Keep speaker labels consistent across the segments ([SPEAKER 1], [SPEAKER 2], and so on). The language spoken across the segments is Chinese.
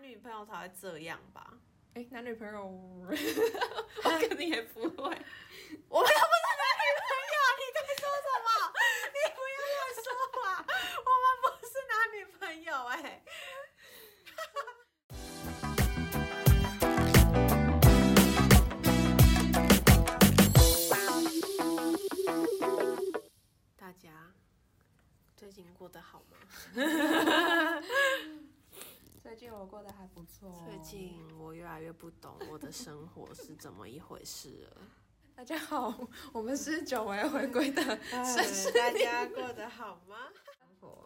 [SPEAKER 1] 女朋友才会这样吧？
[SPEAKER 2] 哎，男女朋友， 我肯定也不会。
[SPEAKER 1] 我们又不是男女朋友，你在说什么？你不要乱说话，我们不是男女朋友哎、大家最近过得好吗？
[SPEAKER 2] 最近我过得还不错。哦
[SPEAKER 1] 最近我越来越不懂我的生活是怎么一回事了。
[SPEAKER 2] 大家好，我们是久违回归的绅士
[SPEAKER 1] 哎大家过得好吗？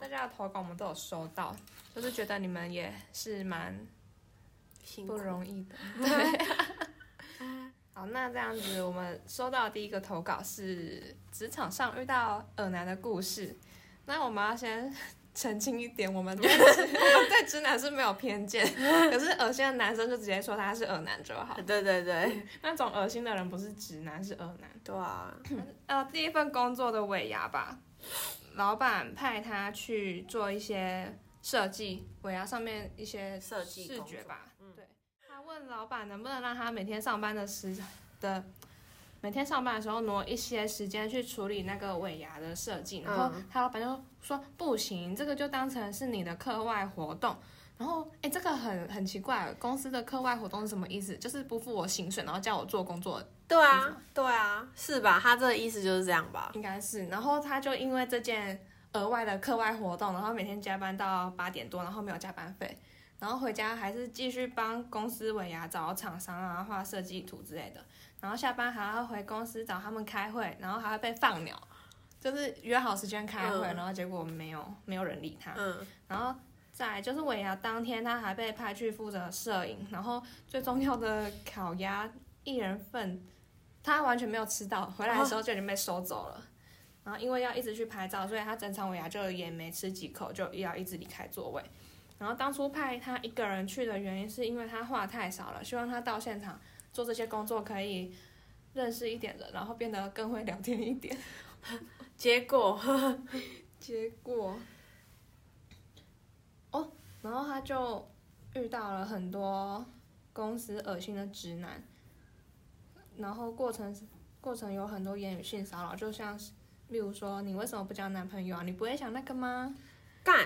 [SPEAKER 2] 大家的投稿我们都有收到，就是觉得你们也是蛮
[SPEAKER 1] 辛
[SPEAKER 2] 不
[SPEAKER 1] 苦
[SPEAKER 2] 容易 的。对。好，那这样子，我们收到的第一个投稿是职场上遇到耳男的故事。那我们要先澄清一点，我们对我们对直男是没有偏 见，可是恶心的男生就直接说他是耳男就好。
[SPEAKER 1] 对对对，
[SPEAKER 2] 那种恶心的人不是直男，是恶男。
[SPEAKER 1] 对啊，
[SPEAKER 2] 呃，第一份工作的尾牙吧，老板派他去做一些设计，尾牙上面一些
[SPEAKER 1] 设计
[SPEAKER 2] 视
[SPEAKER 1] 工
[SPEAKER 2] 觉
[SPEAKER 1] 作
[SPEAKER 2] 吧。对，他问老板能不能让他每天上班的时的。每天上班的时候挪一些时间去处理那个尾牙的设计，然后他老板就说不行，这个就当成是你的课外活动。然后，哎，这个很很奇怪，公司的课外活动是什么意思？就是不付我薪水，然后叫我做工作
[SPEAKER 1] 对啊，对啊，是吧？他这个意思就是这样吧？
[SPEAKER 2] 应该是。然后他就因为这件额外的课外活动，然后每天加班到八点多，然后没有加班费，然后回家还是继续帮公司尾牙找厂商啊、画设计图之类的，然后下班还要回公司找他们开会，然后还会被放鸟，就是约好时间开会，
[SPEAKER 1] 嗯
[SPEAKER 2] 然后结果没有没有人理他，
[SPEAKER 1] 嗯，
[SPEAKER 2] 然后。再来就是尾牙当天，他还被派去负责摄影，然后最重要的烤鸭一人份，他完全没有吃到，回来的时候就已经被收走了。然后因为要一直去拍照，所以他整场尾牙就也没吃几口，就要一直离开座位。然后当初派他一个人去的原因，是因为他话太少了，希望他到现场做这些工作可以认识一点人，然后变得更会聊天一点。
[SPEAKER 1] 结果
[SPEAKER 2] 结果，哦，然后他就遇到了很多公司恶心的直男，然后过程过程有很多言语性骚扰，就像是例如说你为什么不交男朋友啊？你不会想那个吗？
[SPEAKER 1] 干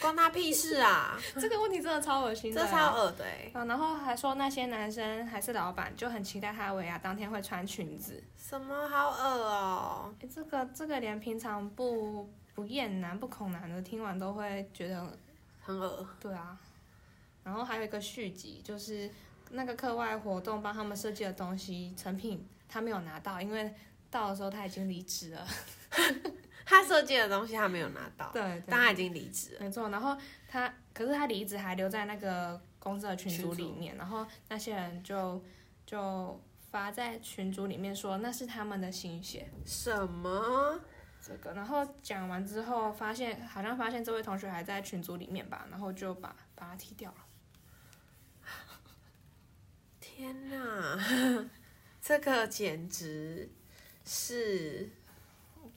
[SPEAKER 1] 关他屁事啊！
[SPEAKER 2] 这个问题真的超恶心的、
[SPEAKER 1] 这超恶的哎、
[SPEAKER 2] 啊，然后还说那些男生还是老板，就很期待他尾牙当天会穿裙子。
[SPEAKER 1] 什么好恶哦、
[SPEAKER 2] 诶哎这个这个连平常不不厌男不恐男的，听完都会觉得
[SPEAKER 1] 很恶。
[SPEAKER 2] 对啊，然后还有一个续集，就是那个课外活动帮他们设计的东西成品，他没有拿到，因为到的时候他已经离职了。
[SPEAKER 1] 他设计的东西他没有拿到，
[SPEAKER 2] 对，
[SPEAKER 1] 但他已经离职了。
[SPEAKER 2] 没错。然后他，可是他离职还留在那个公司的群组
[SPEAKER 1] 群
[SPEAKER 2] 里
[SPEAKER 1] 组
[SPEAKER 2] 面，然后那些人就就发在群组里面说那是他们的心血。
[SPEAKER 1] 什么？
[SPEAKER 2] 这个，然后讲完之后，发现好像发现这位同学还在群组里面吧，然后就把把他踢掉了。
[SPEAKER 1] 天哪， 这个简直是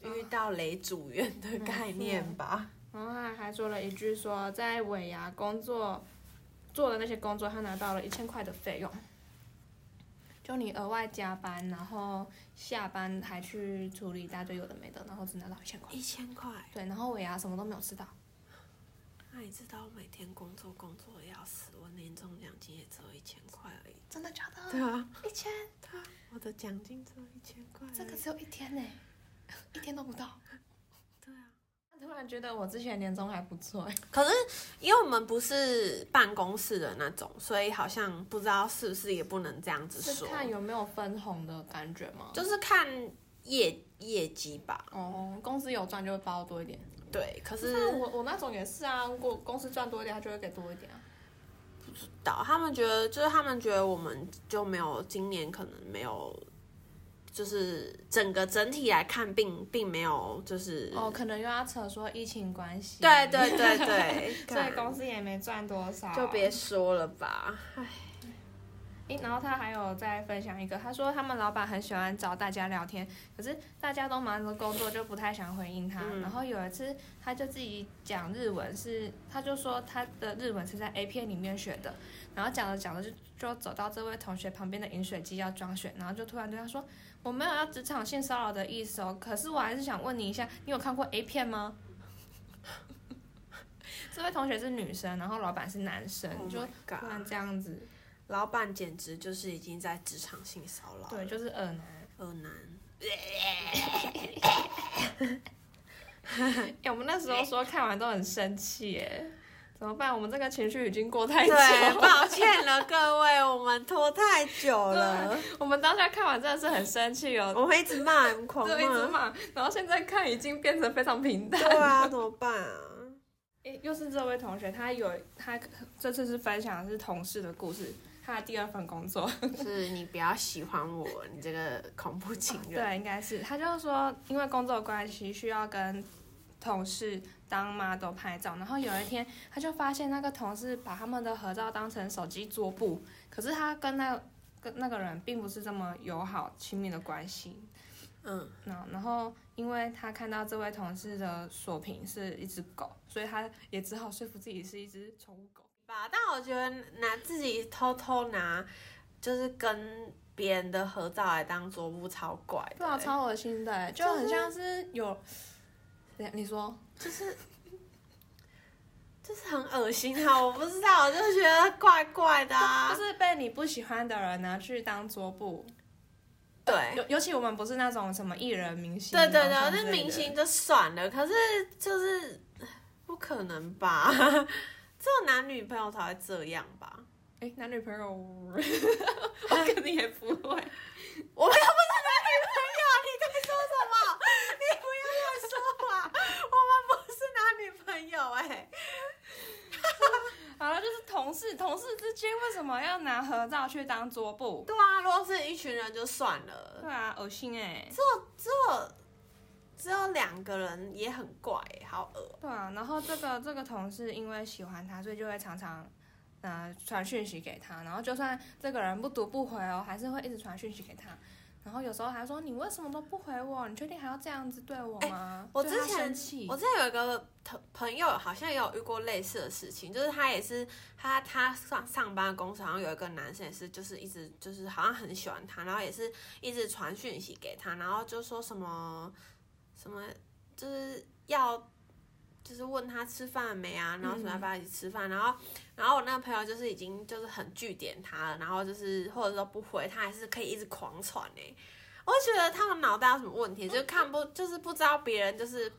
[SPEAKER 1] 遇到雷主员的概念吧？
[SPEAKER 2] 然后他还说了一句说，在尾牙工作做的那些工作，他拿到了一千块的费用。就你额外加班，然后下班还去处理一大堆有的没的，然后只拿到一千 块。
[SPEAKER 1] 一千块，
[SPEAKER 2] 对，然后尾牙什么都没有吃到。
[SPEAKER 1] 那你知道我每天工作工作的要死，我年终奖金也只有一千块而已。
[SPEAKER 2] 真的假的？
[SPEAKER 1] 对啊，
[SPEAKER 2] 一千，
[SPEAKER 1] 我的奖金只有一千块而已。
[SPEAKER 2] 这个只有一天呢，一天都不到。
[SPEAKER 1] 对啊。
[SPEAKER 2] 突然觉得我之前年终还不错哎。
[SPEAKER 1] 可是因为我们不是办公室的那种，所以好像不知道是不是也不能这样子
[SPEAKER 2] 是
[SPEAKER 1] 说，
[SPEAKER 2] 看有没有分红的感觉吗？
[SPEAKER 1] 就是看业业绩吧。
[SPEAKER 2] 哦，公司有赚就会包多一点。
[SPEAKER 1] 对，可
[SPEAKER 2] 是啊
[SPEAKER 1] 是
[SPEAKER 2] 我我那种也是啊，如果公司赚多一点，他就会给多一点啊。
[SPEAKER 1] 导他们觉得，就是他们觉得我们就没有今年可能没有，就是整个整体来看并并没有就是，
[SPEAKER 2] 哦，可能又要扯说疫情关系。
[SPEAKER 1] 对对对
[SPEAKER 2] ，
[SPEAKER 1] 对
[SPEAKER 2] 所以
[SPEAKER 1] 干
[SPEAKER 2] 公司也没赚多少。
[SPEAKER 1] 就别说了吧。唉，
[SPEAKER 2] 诶，然后他还有再分享一个，他说他们老板很喜欢找大家聊天，可是大家都忙着工作，就不太想回应他。
[SPEAKER 1] 嗯
[SPEAKER 2] 然后有一次，他就自己讲日文是，他就说他的日文是在 A 片里面学的，然后讲着讲着就就走到这位同学旁边的饮水机要装水，然后就突然对他说：“我没有要职场性骚扰的意思哦，可是我还是想问你一下，你有看过 A 片吗？” 这位同学是女生，然后老板是男生
[SPEAKER 1] Oh my
[SPEAKER 2] 就
[SPEAKER 1] God
[SPEAKER 2] 突然这样子。
[SPEAKER 1] 老板简直就是已经在职场性骚扰，
[SPEAKER 2] 对，，就是耳男。
[SPEAKER 1] 恶男。
[SPEAKER 2] 哎、我们那时候说看完都很生气，哎，怎么办？我们这个情绪已经过太久
[SPEAKER 1] 对，
[SPEAKER 2] 了。
[SPEAKER 1] 抱歉了各位，我们拖太久了，
[SPEAKER 2] 我们当下看完真的是很生气哦，
[SPEAKER 1] 我们一直骂，我们狂
[SPEAKER 2] 就一直
[SPEAKER 1] 骂，
[SPEAKER 2] 骂，然后现在看已经变成非常平淡。
[SPEAKER 1] 对啊，怎么办啊？
[SPEAKER 2] 哎、又是这位同学，他有他这次是分享的是同事的故事，他的第二份工作。
[SPEAKER 1] 就是你不要喜欢我，你这个恐怖情人。
[SPEAKER 2] 对，应该是他就是说，因为工作的关系需要跟同事当 model 拍照，然后有一天他就发现那个同事把他们的合照当成手机桌布，可是他跟那跟那个人并不是这么友好亲密的关系。
[SPEAKER 1] 嗯，
[SPEAKER 2] 那然后，因为他看到这位同事的锁屏是一只狗，所以他也只好说服自己是一只宠物狗。
[SPEAKER 1] 吧，但我觉得拿自己偷偷拿，就是跟别人的合照来当桌布，超怪的、
[SPEAKER 2] 对啊，超恶心的欸，就很像是有，你你说
[SPEAKER 1] 就是就是很恶心啊！我不知道，我就觉得怪怪的啊
[SPEAKER 2] 就。是被你不喜欢的人拿去当桌布，
[SPEAKER 1] 对
[SPEAKER 2] 尤尤其我们不是那种什么艺人、明星，
[SPEAKER 1] 对对
[SPEAKER 2] 偶
[SPEAKER 1] 对，
[SPEAKER 2] 像之类
[SPEAKER 1] 那
[SPEAKER 2] 的
[SPEAKER 1] 明星就算了，可是就是不可能吧？ 只有男女朋友才会这样吧？
[SPEAKER 2] 哎、男女朋友， 我肯定也不会。
[SPEAKER 1] 我们又不是男女朋友，你在说什么？你不要乱说话，我们不是男女朋友哎、
[SPEAKER 2] 好了，就是同事，同事之间为什么要拿合照去当桌布？
[SPEAKER 1] 对啊，如果是一群人就算了，
[SPEAKER 2] 对啊，恶心哎、
[SPEAKER 1] 只有只有两个人也很怪、好恶。
[SPEAKER 2] 对啊，然后这个这个同事因为喜欢他，所以就会常常。呃，传讯息给他，然后就算这个人不读不回哦，还是会一直传讯息给他。然后有时候还说你为什么都不回我？你确定还要这样子对我吗？
[SPEAKER 1] 我
[SPEAKER 2] 对
[SPEAKER 1] 之
[SPEAKER 2] 他
[SPEAKER 1] 前
[SPEAKER 2] 生气
[SPEAKER 1] 我之前有一个朋朋友，好像也有遇过类似的事情，就是他也是他他上上班的公司好像有一个男生也是，就是一直就是好像很喜欢他，然后也是一直传讯息给他，然后就说什么什么就是要。就是问他吃饭了没啊，然后什么要不要一起吃饭，然后，然后我那个朋友就是已经就是很据点他了，然后就是或者说不回，他还是可以一直狂传哎、我就觉得他们脑袋有什么问题，就是看不就是不知道别人就是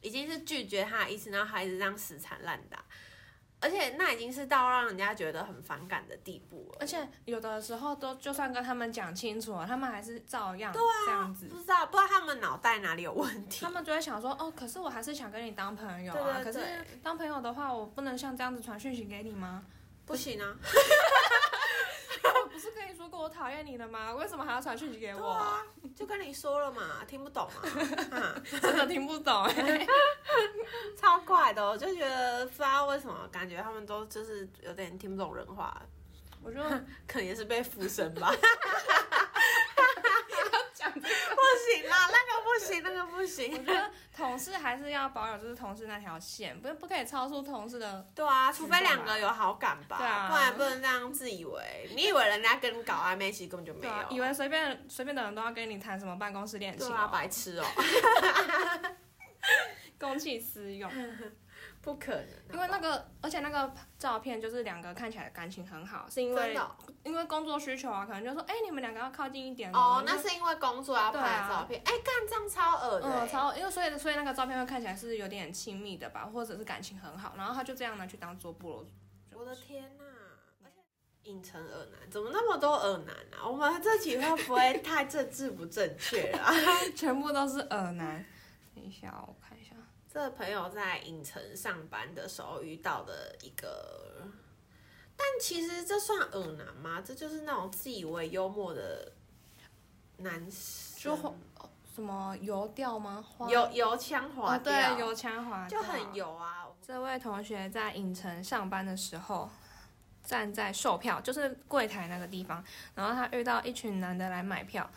[SPEAKER 1] 已经是拒绝他的意思，然后还一直这样死缠烂打，而且那已经是到让人家觉得很反感的地步了。
[SPEAKER 2] 而且有的时候都就算跟他们讲清楚了，他们还是照样
[SPEAKER 1] 啊
[SPEAKER 2] 这样子。
[SPEAKER 1] 不知道不知道他们脑袋哪里有问题
[SPEAKER 2] 他。们就会想说，哦，可是我还是想跟你当朋友啊。
[SPEAKER 1] 对对对
[SPEAKER 2] 可是当朋友的话，我不能像这样子传讯息给你 吗？
[SPEAKER 1] 不行啊，
[SPEAKER 2] 我不是跟你说过我讨厌你了吗？为什么还要传讯息给
[SPEAKER 1] 对
[SPEAKER 2] 我？
[SPEAKER 1] 啊，就跟你说了嘛，听不懂啊，啊
[SPEAKER 2] 真的听 不懂哎、
[SPEAKER 1] 超怪的，哦我就觉得不知道为什么，感觉他们都就是有点听不懂人话，
[SPEAKER 2] 我就要
[SPEAKER 1] 可能也是被附身吧。
[SPEAKER 2] 讲这个
[SPEAKER 1] 不行啦，那个不行，那个不
[SPEAKER 2] 我
[SPEAKER 1] 行。
[SPEAKER 2] 觉得同事还是要保有就是同事那条线，不不可以超出同事的。
[SPEAKER 1] 对啊，除非两个有好感吧，
[SPEAKER 2] 对啊
[SPEAKER 1] 不然不能这样自以 为。你以为人家跟你搞暧昧，其实根本就没
[SPEAKER 2] 对
[SPEAKER 1] 有。
[SPEAKER 2] 啊，以为随便随便的人都要跟你谈什么办公室恋情、
[SPEAKER 1] 对
[SPEAKER 2] 哦，
[SPEAKER 1] 啊，白痴 哦、
[SPEAKER 2] 公器私用。
[SPEAKER 1] 不可能
[SPEAKER 2] 因为那个，而且那个照片就是两个看起来感情很好，是因为
[SPEAKER 1] 真的哦
[SPEAKER 2] 因为工作需求啊，可能就说，哎、你们两个要靠近一点
[SPEAKER 1] 哦，
[SPEAKER 2] 你
[SPEAKER 1] 那
[SPEAKER 2] 们
[SPEAKER 1] 是因为工作要拍的照片。哎、干这样超恶的、
[SPEAKER 2] 嗯，超，因为所以所以那个照片会看起来是有点亲密的吧，或者是感情很好，然后他就这样拿去当桌布了。
[SPEAKER 1] 我的天哪、而且影城耳男怎么那么多耳男啊？我们这几会不会太政治不正确啊？
[SPEAKER 2] 全部都是耳男。等一下哦，我看一下，
[SPEAKER 1] 这朋友在影城上班的时候遇到的一个，但其实这算恶男吗？这就是那种自以为幽默的男
[SPEAKER 2] 就
[SPEAKER 1] 生
[SPEAKER 2] 花，什么油调吗？花
[SPEAKER 1] 油油腔滑
[SPEAKER 2] 哦，
[SPEAKER 1] 调、
[SPEAKER 2] 对，油腔滑调
[SPEAKER 1] 就很。油啊。
[SPEAKER 2] 这位同学在影城上班的时候，站在售票，就是柜台那个地方，然后他遇到一群男的来买票，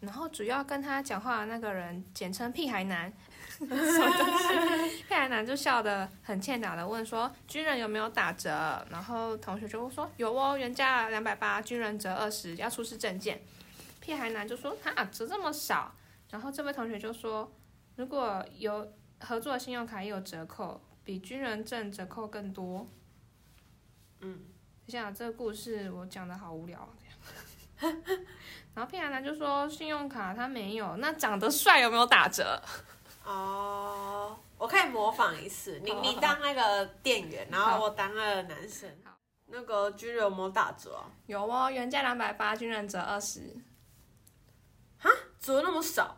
[SPEAKER 2] 然后主要跟他讲话的那个人，简称屁孩男， 什么东西？屁孩男就笑得很欠打的问说：“军人有没有打折？”然后同学就说：“有哦，原价两百八，军人折二十，要出示证件。”屁孩男就说：“啊，折这么少？”然后这位同学就说：“如果有合作的信用卡也有折扣，比军人证折扣更多。”
[SPEAKER 1] 嗯，
[SPEAKER 2] 等一下，这个故事我讲的好无聊啊，这样。 然后屁孩男就说：“信用卡他没有，那长得帅有没有打折？”
[SPEAKER 1] 哦，我可以模仿一次，你
[SPEAKER 2] 好
[SPEAKER 1] 你当那个店员，然
[SPEAKER 2] 哦好
[SPEAKER 1] 后我当那个男生
[SPEAKER 2] 好。
[SPEAKER 1] 那个军人有没有打折啊？
[SPEAKER 2] 有哦，原价两百八，军人折二十。
[SPEAKER 1] 折那么少？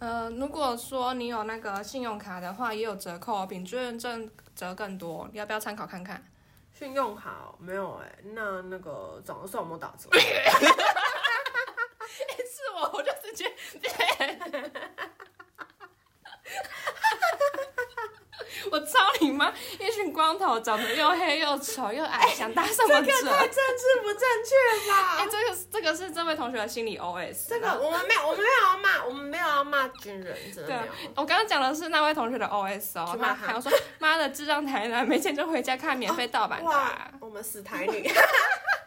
[SPEAKER 2] 呃，如果说你有那个信用卡的话，也有折扣，哦比军人证折更多。你要不要参考看看？
[SPEAKER 1] 信用卡哦没有哎、那那个长得帅有没有打折？
[SPEAKER 2] 是我，我就直接我操你妈！一群光头，长得又黑又丑又矮，想打什
[SPEAKER 1] 这
[SPEAKER 2] 么
[SPEAKER 1] 个
[SPEAKER 2] 折？
[SPEAKER 1] 太政治不正确 吧？
[SPEAKER 2] 哎、这个是这个是这位同学的心理啊 OS。
[SPEAKER 1] 这个我们没有，我们没有要骂，我们没有要骂军人，真
[SPEAKER 2] 对
[SPEAKER 1] 的
[SPEAKER 2] 啊
[SPEAKER 1] 没有。，
[SPEAKER 2] 我刚刚讲的是那位同学的 OS 哦，
[SPEAKER 1] 去骂他
[SPEAKER 2] 他
[SPEAKER 1] 哦
[SPEAKER 2] 还有说妈的智障台男，没钱就回家看免费盗版的啊、
[SPEAKER 1] 哇，我们死台女，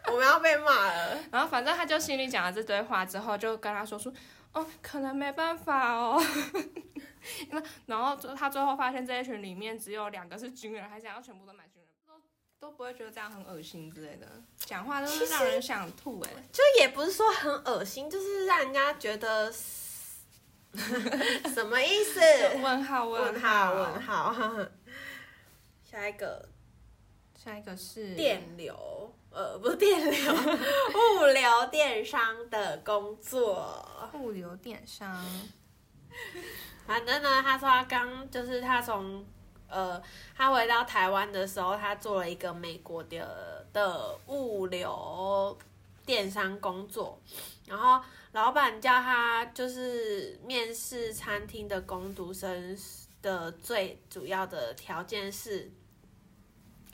[SPEAKER 1] 我们要被骂了。
[SPEAKER 2] 然后反正他就心里讲了这堆话之后，就跟他说出哦，可能没办法哦。 那然后就他最后发现这一群里面只有两个是军人，还想要全部都买军人，都都不会觉得这样很恶心之类的，讲话都是让人想吐哎、
[SPEAKER 1] 就也不是说很恶心，就是让人家觉得 什么意 思？
[SPEAKER 2] 问号
[SPEAKER 1] 问
[SPEAKER 2] 号
[SPEAKER 1] 号问。号。下一个
[SPEAKER 2] 下一个是
[SPEAKER 1] 电流，呃，不是电 流，物流电商的工作。
[SPEAKER 2] 物流 电商，
[SPEAKER 1] 反正呢，他说他刚就是他从呃他回到台湾的时候，他做了一个美国的的物流电商工作，然后老板叫他就是面试餐厅的工读生的最主要的条件是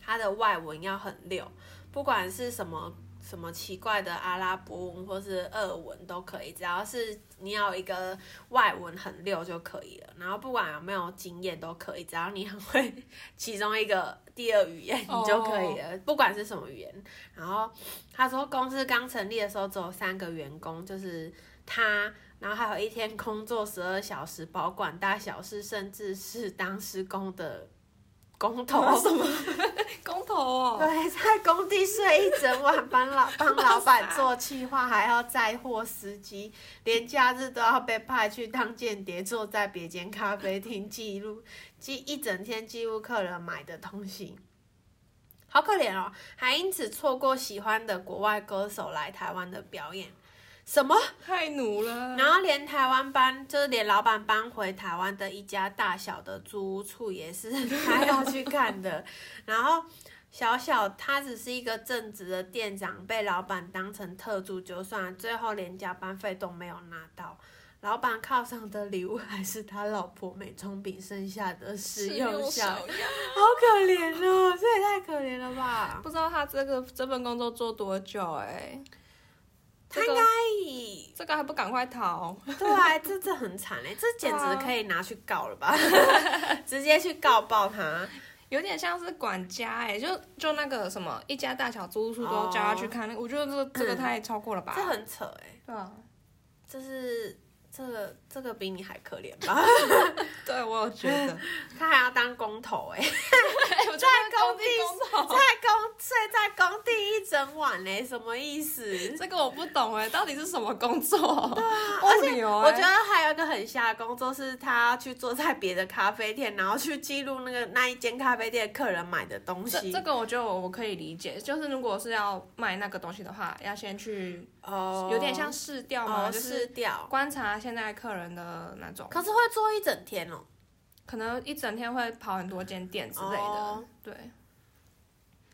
[SPEAKER 1] 他的外文要很溜，不管是什么。什么奇怪的阿拉伯文或是俄文都可以，只要是你要有一个外文很溜就可以了，然后不管有没有经验都可以，只要你很会其中一个第二语言
[SPEAKER 2] 哦
[SPEAKER 1] 你就可以了不管是什么语言。然后他说公司刚成立的时候只有三个员工，就是他，然后还有一天工作十二小时，保管大小事，甚至是当施工的工头。
[SPEAKER 2] 什么工头哦，
[SPEAKER 1] 对，在工地睡一整晚，帮老帮老板做企划，还要载货司机，连假日都要被派去当间谍，坐在别间咖啡厅记录记一整天记录客人买的东西。好可怜哦，还因此错过喜欢的国外歌手来台湾的表演。什么？
[SPEAKER 2] 太奴了。
[SPEAKER 1] 然后连台湾搬，就是连老板搬回台湾的一家大小的租屋处也是 他要去看的。然后小小他只是一个正职的店长，被老板当成特助就算了，最后连加班费都没有拿到。老板犒赏的礼物还是他老婆美中饼剩下的食用
[SPEAKER 2] 小
[SPEAKER 1] 效，好可怜哦，这也太可怜了吧！
[SPEAKER 2] 不知道他这个这份工作做多久哎、
[SPEAKER 1] 他
[SPEAKER 2] 这
[SPEAKER 1] 应
[SPEAKER 2] 个
[SPEAKER 1] 该
[SPEAKER 2] 这个还不赶快逃？
[SPEAKER 1] 对啊，这这很惨哎、这简
[SPEAKER 2] 对啊
[SPEAKER 1] 直可以拿去告了 吧，直接去告爆他。
[SPEAKER 2] 有点像是管家哎、就就那个什么一家大小租屋处都叫他去看，那个我觉得这个这个太超过了吧？
[SPEAKER 1] 这很扯哎、
[SPEAKER 2] 对啊，
[SPEAKER 1] 就是这个这个比你还可怜 吧？
[SPEAKER 2] 对我有觉得，
[SPEAKER 1] 他还要当工头哎、
[SPEAKER 2] 哎， 我在
[SPEAKER 1] 工地
[SPEAKER 2] 工
[SPEAKER 1] 在
[SPEAKER 2] 头，
[SPEAKER 1] 工睡在工地一整晚哎、什么意思？
[SPEAKER 2] 这个我不懂哎、到底是什么工作？对啊
[SPEAKER 1] 而
[SPEAKER 2] 物
[SPEAKER 1] 且
[SPEAKER 2] 流哎、
[SPEAKER 1] 我觉得还有一个很瞎的工作是，他要去坐在别的咖啡店，然后去记录那个那一间咖啡店的客人买的东
[SPEAKER 2] 欸这
[SPEAKER 1] 西
[SPEAKER 2] 这。个我觉得我我可以理解，就是如果是要卖那个东西的话，要先去
[SPEAKER 1] 哦
[SPEAKER 2] 有点像试调嘛，
[SPEAKER 1] 哦，
[SPEAKER 2] 就
[SPEAKER 1] 试
[SPEAKER 2] 是
[SPEAKER 1] 掉。
[SPEAKER 2] 观察现在客人的那种。
[SPEAKER 1] 可是会做一整天哦，
[SPEAKER 2] 可能一整天会跑很多间店之类的。
[SPEAKER 1] 哦
[SPEAKER 2] 对，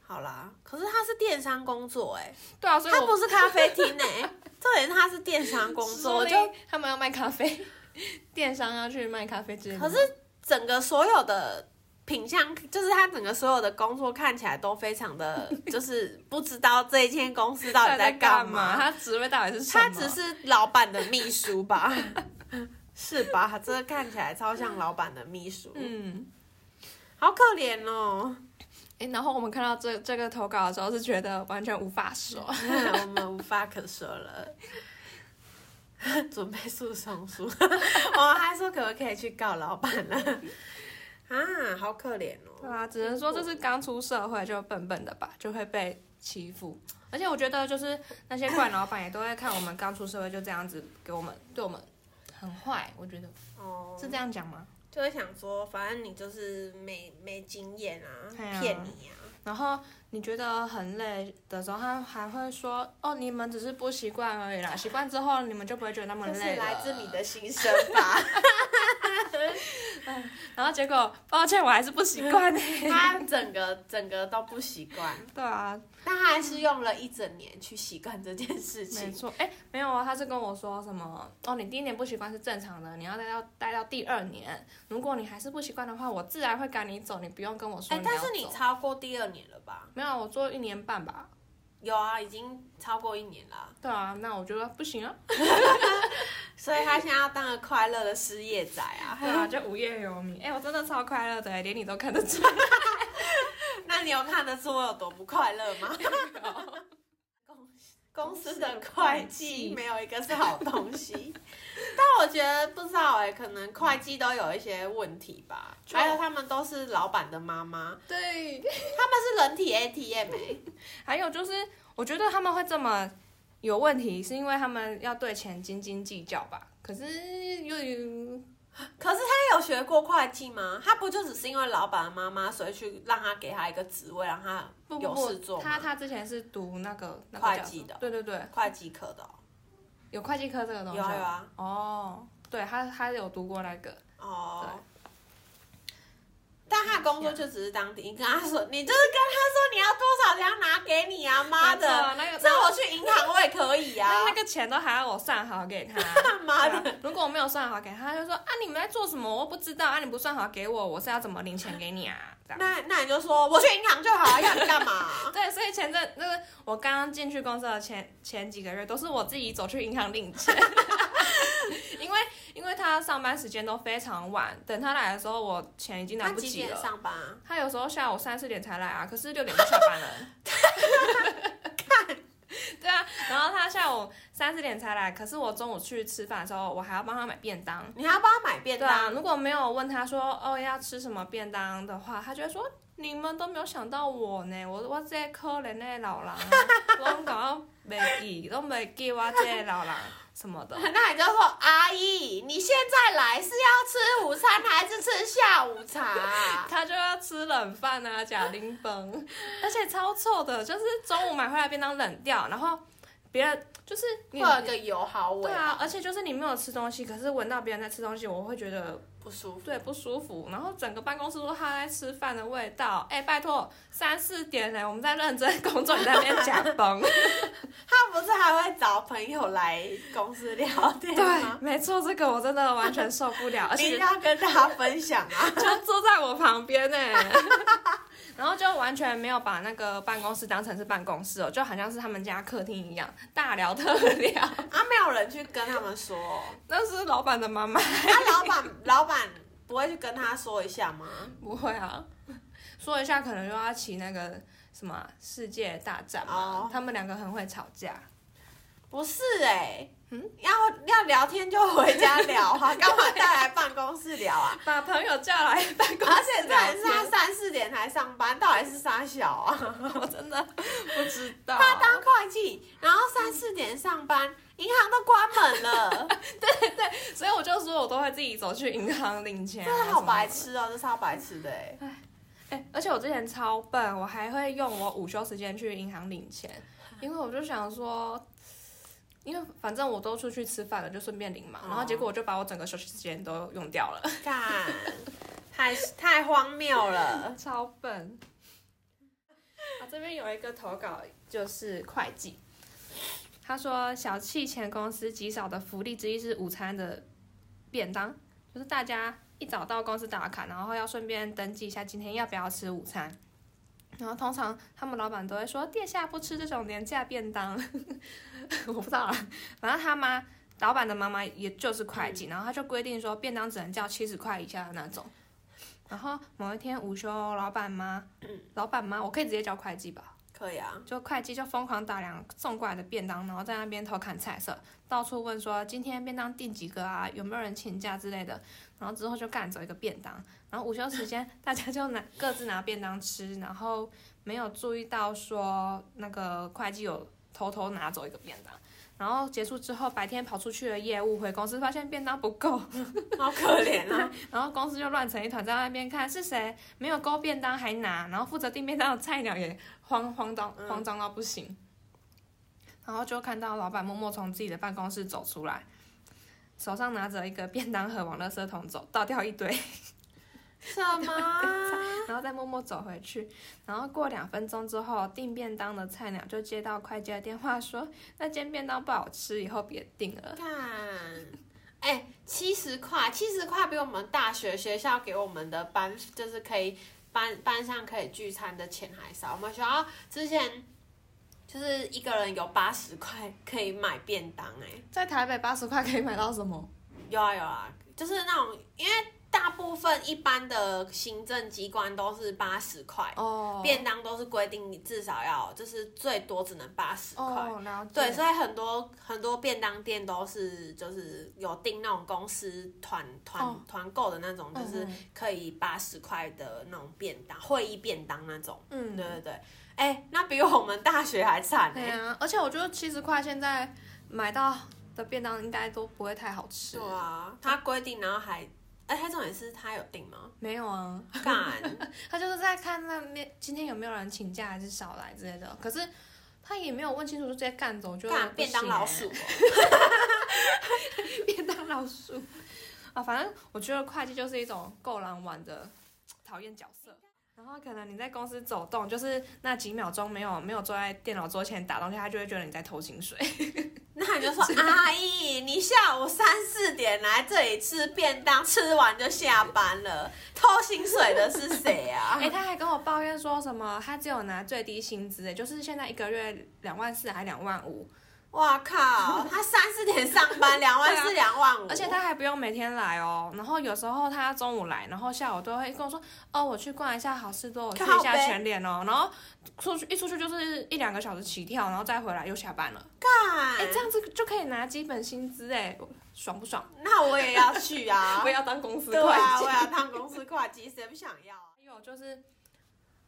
[SPEAKER 1] 好啦，可是他是电商工作哎、
[SPEAKER 2] 对啊，所以
[SPEAKER 1] 他
[SPEAKER 2] 我
[SPEAKER 1] 不是咖啡厅哎、 重点是他是电商工作，我就
[SPEAKER 2] 说不定他 们要卖咖啡，电商要去卖咖啡之类的。
[SPEAKER 1] 可是整个所有的品相，就是他整个所有的工作看起来都非常 的，就是不知道这一间公司到底
[SPEAKER 2] 在
[SPEAKER 1] 干
[SPEAKER 2] 嘛，他职位到底是什
[SPEAKER 1] 他
[SPEAKER 2] 么？
[SPEAKER 1] 只是老板的秘书吧？ 是吧？这看起来超像老板的秘书，
[SPEAKER 2] 嗯，
[SPEAKER 1] 好可怜哦。
[SPEAKER 2] 哎、然后我们看到这这个投稿的时候，是觉得完全无法说。
[SPEAKER 1] 我们无话可说了，准备诉讼书。我还说可不可以去告老板了？ 啊，好可怜
[SPEAKER 2] 对
[SPEAKER 1] 哦。
[SPEAKER 2] 啊，只能说这是刚出社会就笨笨的吧，就会被欺负。而且我觉得就是那些怪老板也都会看我们刚出社会就这样子给我们对我们很坏，我觉得
[SPEAKER 1] 哦，
[SPEAKER 2] 是这样讲吗？
[SPEAKER 1] 就会想说，反正你就是没没经验啊，
[SPEAKER 2] 对啊
[SPEAKER 1] 骗你啊。
[SPEAKER 2] 然后你觉得很累的时候，他还会说：“哦，你们只是不习惯而已 啦，习惯之后你们就不会觉得那么
[SPEAKER 1] 这
[SPEAKER 2] 累
[SPEAKER 1] 是
[SPEAKER 2] 了
[SPEAKER 1] 来自你的心声吧？
[SPEAKER 2] 然后结果，抱歉，我还是不 习惯呢、
[SPEAKER 1] 他整个整个都不习惯，
[SPEAKER 2] 对啊，
[SPEAKER 1] 但他还是用了一整年去习惯这件事
[SPEAKER 2] 没
[SPEAKER 1] 情。
[SPEAKER 2] 错，哎，没有啊，他是跟我说什么？哦，你第一年不习惯是正常的，你要待到待到第二年，如果你还是不习惯的话，我自然会赶你走，你不用跟我说
[SPEAKER 1] 哎、但
[SPEAKER 2] 要
[SPEAKER 1] 是你
[SPEAKER 2] 走
[SPEAKER 1] 超过第二年了吧？
[SPEAKER 2] 没有，我做一年半吧。
[SPEAKER 1] 有啊，已经超过一年了啊。
[SPEAKER 2] 对啊，那我觉得不 行啊，
[SPEAKER 1] 所以他现在要当个快乐的失业仔啊。
[SPEAKER 2] 对啊，就无业游民。哎，我真的超快乐的，连你都看得出。
[SPEAKER 1] 那你有看得出我有多不快乐 吗？公司的会计没有一个是好东西， 但我觉得不知道哎、可能会计都有一些问题吧。
[SPEAKER 2] 就
[SPEAKER 1] 还有他们都是老板的妈妈，
[SPEAKER 2] 对，
[SPEAKER 1] 他们是人体 ATM 哎、
[SPEAKER 2] 还有就是，我觉得他们会这么有问题，是因为他们要对钱斤斤计较吧。可是又有
[SPEAKER 1] 可是他有学过会计吗？他不就只是因为老板的妈妈，所以去让他给他一个职位，让他
[SPEAKER 2] 不不
[SPEAKER 1] 有事做
[SPEAKER 2] 不，他
[SPEAKER 1] 吗？
[SPEAKER 2] 他之前是读那个那个叫
[SPEAKER 1] 会计的
[SPEAKER 2] 对对对，
[SPEAKER 1] 会计科的哦、
[SPEAKER 2] 有会计科这个东西
[SPEAKER 1] 有
[SPEAKER 2] 哦。
[SPEAKER 1] 啊有啊，
[SPEAKER 2] 哦，对他他有读过那个，
[SPEAKER 1] 哦
[SPEAKER 2] 对。
[SPEAKER 1] 但他的工作就只是当地，你跟他说， 你就是跟他说你要多少钱要拿给你啊，妈
[SPEAKER 2] 没错
[SPEAKER 1] 的，
[SPEAKER 2] 那个
[SPEAKER 1] 这我去银行我也可以 啊，
[SPEAKER 2] 那那个钱都还要我算好给他。
[SPEAKER 1] 妈的，
[SPEAKER 2] 对啊如果我没有算好给他，他就说啊你们在做什么，我又不知道啊你不算好给我，我是要怎么零钱给你啊？这样。
[SPEAKER 1] 那那你就说我去银行就好啊，要你干嘛？
[SPEAKER 2] 对，所以前阵那个我刚刚进去公司的前前几个月，都是我自己走去银行领钱， 因为因为他上班时间都非常晚，等他来的时候，我钱已经来
[SPEAKER 1] 他
[SPEAKER 2] 不
[SPEAKER 1] 几
[SPEAKER 2] 及
[SPEAKER 1] 点
[SPEAKER 2] 了。
[SPEAKER 1] 上班啊？
[SPEAKER 2] 他有时候下午三四点才来啊，可是六点就下班了。 对啊，然后他下午三四点才来，可是我中午去吃饭的时候，我还要帮他买便当。
[SPEAKER 1] 你还要帮他买便
[SPEAKER 2] 对啊，
[SPEAKER 1] 当，
[SPEAKER 2] 如果没有问他说哦要吃什么便当的话，他就会说你们都没有想到我呢，我我这可怜的老 人啊，我讲到袂记，都袂记我这个老人什么 的。
[SPEAKER 1] 那你就说阿姨，你现在来是要吃午餐还是吃下午茶？
[SPEAKER 2] 他就要吃冷饭啊，假丁 崩，而且超臭的，就是中午买回来便当冷掉，然后别人就是
[SPEAKER 1] 会
[SPEAKER 2] 你
[SPEAKER 1] 有一个油耗味，
[SPEAKER 2] 对啊，，而且就是你没有吃东西，可是闻到别人在吃东西，我会觉得
[SPEAKER 1] 不舒服。
[SPEAKER 2] 对，不舒服，然后整个办公室都是他在吃饭的味道。哎，拜托，三四点嘞，我们在认真工作，你在那边假 崩。
[SPEAKER 1] 他不是还会找朋友来公司聊天吗
[SPEAKER 2] 对，？ 没错，这个我真的完全受不了，而
[SPEAKER 1] 你一
[SPEAKER 2] 且
[SPEAKER 1] 定要跟大 家分享啊！
[SPEAKER 2] 就坐在我旁边呢， 然后就完全没有把那个办公室当成是办公室哦，就好像是他们家客厅一样，大聊特聊。
[SPEAKER 1] 啊，没有人去跟他们说、
[SPEAKER 2] 那是老板的妈妈，
[SPEAKER 1] 啊，老板，老板不会去跟他说一下吗？
[SPEAKER 2] 不会啊，说一下可能又要起那个什么世界大战嘛
[SPEAKER 1] 哦
[SPEAKER 2] 他们两个很会吵架。
[SPEAKER 1] 不是哎、嗯，要要聊天就回家聊啊， 干嘛带来办公室聊啊？
[SPEAKER 2] 把朋友叫来办公室，
[SPEAKER 1] 而且这也是他三四点才上班，到底是啥小啊？
[SPEAKER 2] 我真的不知道。
[SPEAKER 1] 他当会计，然后三四点上班，银行都关门 了，
[SPEAKER 2] 所以我就说我都会自己走去银行领钱、啊，
[SPEAKER 1] 真的好白。痴哦、这超白痴的 哎、
[SPEAKER 2] 哎、而且我之前超笨，我还会用我午休时间去银行领钱，因为我就想说。因为反正我都出去吃饭了，就顺便领嘛。然后结果我就把我整个休息时间都用掉了，
[SPEAKER 1] 干，太太荒谬了。
[SPEAKER 2] 超笨。啊，这边有一个投稿，就是会计，他说小气前公司极少的福利之一是午餐的便当，就是大家一早到公司打卡，然后要顺便登记一下今天要不要吃午餐。然后通常他们老板都会说殿下不吃这种廉价便当， 我不知道啦，反正他妈老板的妈妈也就是会计，然后他就规定说便当只能叫七十块以下的那种。然后某一天午休，老板妈，老板妈，我可以直接叫会计吧？
[SPEAKER 1] 可以啊，
[SPEAKER 2] 就会计就疯狂打量送过来的便当，然后在那边偷看菜色，到处问说今天便当订几个啊，有没有人请假之类的。然后之后就干走一个便当，然后午休时间大家就拿各自拿便当吃，然后没有注意到说那个会计有偷偷拿走一个便当。然后结束之后，白天跑出去的业务回公司，发现便当不够，
[SPEAKER 1] 好可怜啊！
[SPEAKER 2] 然后公司就乱成一团，在那边看是谁没有勾便当还拿，然后负责订便当的菜鸟也慌慌张
[SPEAKER 1] 嗯
[SPEAKER 2] 慌张到不行，然后就看到老板默默从自己的办公室走出来，手上拿着一个便当盒往垃圾桶走，倒掉一堆，
[SPEAKER 1] 什么？
[SPEAKER 2] 然后再默默走回去。然后过两分钟之后，订便当的菜鸟就接到会计的电话说，那间便当不好吃，以后别订了。
[SPEAKER 1] 看，哎，七十块，七十块比我们大学学校给我们的班，就是可以班班上可以聚餐的钱还少。我们学校之前就是一个人有八十块可以买便当、哎，
[SPEAKER 2] 在台北八十块可以买到什么？
[SPEAKER 1] 有啊有啊，就是那种因为大部分一般的行政机关都是八十块，
[SPEAKER 2] 哦
[SPEAKER 1] 便当都是规定你至少要就是最多只能八十块。
[SPEAKER 2] 哦，了解。
[SPEAKER 1] 对，所以很多很多便当店都是就是有订那种公司团团
[SPEAKER 2] 哦
[SPEAKER 1] 团购的那种，就
[SPEAKER 2] 嗯
[SPEAKER 1] 是
[SPEAKER 2] 嗯
[SPEAKER 1] 可以八十块的那种便当，会议便当那种。对
[SPEAKER 2] 嗯，
[SPEAKER 1] 对对，哎、那比我们大学还惨哎、
[SPEAKER 2] 对啊，而且我觉得七十块现在买到的便当应该都不会太好吃。
[SPEAKER 1] 对啊，他规定，然后还，哎、他重点是他有订 吗？
[SPEAKER 2] 没有啊，
[SPEAKER 1] 干，
[SPEAKER 2] 他就是在看那面今天有没有人请假还是少来之类的，可是他也没有问清楚就直接干走，就欸
[SPEAKER 1] 干便当老鼠、，哦，
[SPEAKER 2] 便当老鼠啊，反正我觉得会计就是一种够狼玩的讨厌角色。然后可能你在公司走动，就是那几秒钟没有没有坐在电脑桌前打东西，他就会觉得你在偷薪水。
[SPEAKER 1] 那 你就说阿姨，你下午三四点来这里吃便当，吃完就下班了，偷薪水的是谁啊？
[SPEAKER 2] 哎、他还跟我抱怨说什么，他只有拿最低薪资，哎，就是现在一个月两万四还两万五，
[SPEAKER 1] 哇靠！他三四点上 班，两万四两万五，
[SPEAKER 2] 啊而且他还不用每天来哦。然后有时候他中午来，然后下午都会跟我说，哦，我去逛一下好事多，我去一
[SPEAKER 1] 靠
[SPEAKER 2] 下
[SPEAKER 1] 北
[SPEAKER 2] 全联哦。然后出去一出去就是一两个小时起跳，然后再回来又下班了。
[SPEAKER 1] 干，
[SPEAKER 2] 哎、这样子就可以拿基本薪资，哎，爽不爽？
[SPEAKER 1] 那我也要去啊！
[SPEAKER 2] 我也要当公司会
[SPEAKER 1] 对啊，
[SPEAKER 2] 计
[SPEAKER 1] 我。要当公司会计，谁不想要啊？
[SPEAKER 2] 还有就是，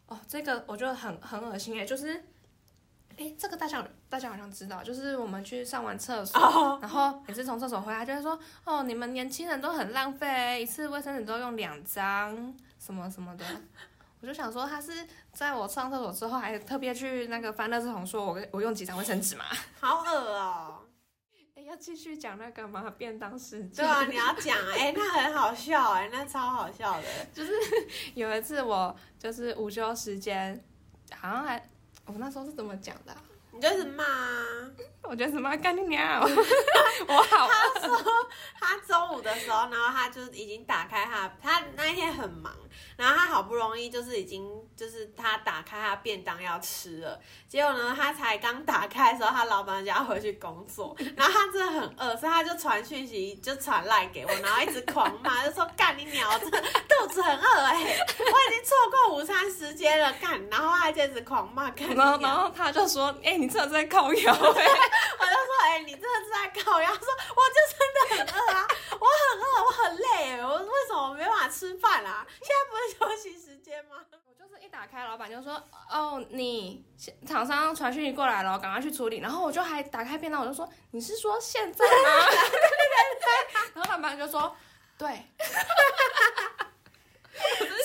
[SPEAKER 2] 哦，这个我觉得很很恶心哎，就是，哎，这个大家大家好像知道，就是我们去上完厕所，
[SPEAKER 1] 哦
[SPEAKER 2] 然后每次从厕所回来就会说，哦，你们年轻人都很浪费，一次卫生纸都用两张，什么什么的。我就想说，他是在我上厕所之后，还特别去那个翻垃圾桶，说我我用几张卫生纸 嘛？
[SPEAKER 1] 好恶哦！
[SPEAKER 2] 哎，要继续讲那个吗？便当事
[SPEAKER 1] 对
[SPEAKER 2] 件。
[SPEAKER 1] 啊，你要讲哎、那很好笑哎、那超好笑的。
[SPEAKER 2] 有一次我就是午休时间，好像还我那时候是怎么讲的啊、
[SPEAKER 1] 你就是骂啊
[SPEAKER 2] 我觉得什么干你娘， 我好
[SPEAKER 1] 他中午的时候，然后他就是已经打开他，他那一天很忙，然后他好不容易就是已经就是他打开他便当要吃了，结果呢，他才刚打开的时候，他老板就要回去工作，然后他真的很饿，所以他就传讯息就传赖给我，然后一直狂骂，就说干你鸟，我真的肚子很饿哎、我已经错过午餐时间了，干，然后他就一直狂骂干你
[SPEAKER 2] 然后然
[SPEAKER 1] 鸟，
[SPEAKER 2] 后他就说，哎、你真的在靠腰、欸，
[SPEAKER 1] 我就说哎、你真的是在搞，然后说我就真的很饿啊，我很饿，我很累欸，我为什么没办法吃饭啊？现在不是休息时间 吗？
[SPEAKER 2] 我就是一打开，老板就说，哦，你厂商传讯息过来了，赶快去处理。然后我就还打开便当，我就说，你是说现在吗？ 然后老板就说，对，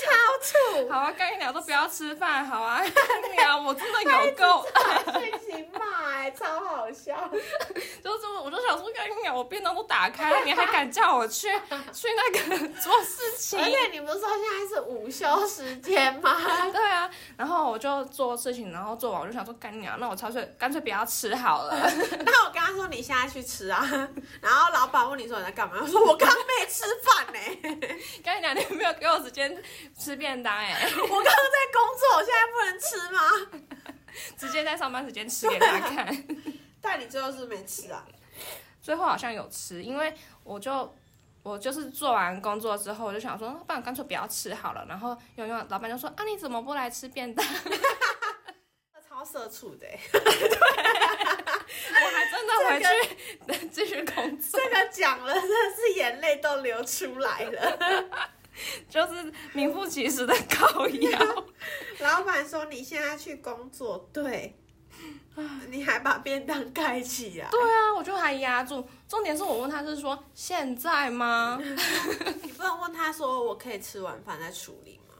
[SPEAKER 1] 超吐，
[SPEAKER 2] 好啊，干你娘都不要吃饭，好 啊，干你娘，我真的有够。
[SPEAKER 1] 讯息骂哎，超好笑。
[SPEAKER 2] 就是我，我就想说，哎呀，我便当都打开了，你还敢叫我 去去那个做事 情？
[SPEAKER 1] 而且你不是说现在是午休时间吗？
[SPEAKER 2] 对啊，然后我就做事情，然后做完我就想说，干你啊，那我干脆干脆不要吃好了。
[SPEAKER 1] 那我跟他说你现在去吃啊，然后老板问你说你在干嘛，我说我刚没吃饭呢、
[SPEAKER 2] 干你啊，你没有给我时间吃便当哎、
[SPEAKER 1] 我刚刚在工作，我现在不能吃吗？
[SPEAKER 2] 直接在上班时间吃给大家看。
[SPEAKER 1] 但你最后是没吃啊？
[SPEAKER 2] 最后好像有吃，因为我就我就是做完工作之后，我就想说，不然干脆不要吃好了。然后用用老板就说啊，你怎么不来吃便 当？
[SPEAKER 1] 超社畜的、欸
[SPEAKER 2] 我还真的回去 继续工作，
[SPEAKER 1] 这个讲了真的是眼泪都流出来了。
[SPEAKER 2] 就是名副其实的高压。
[SPEAKER 1] 老板说你现在去工作，对，你还把便当盖起来，
[SPEAKER 2] 对啊，我就还压住。重点是我问他是说现在吗？
[SPEAKER 1] 你不能问他说我可以吃完饭再处理吗？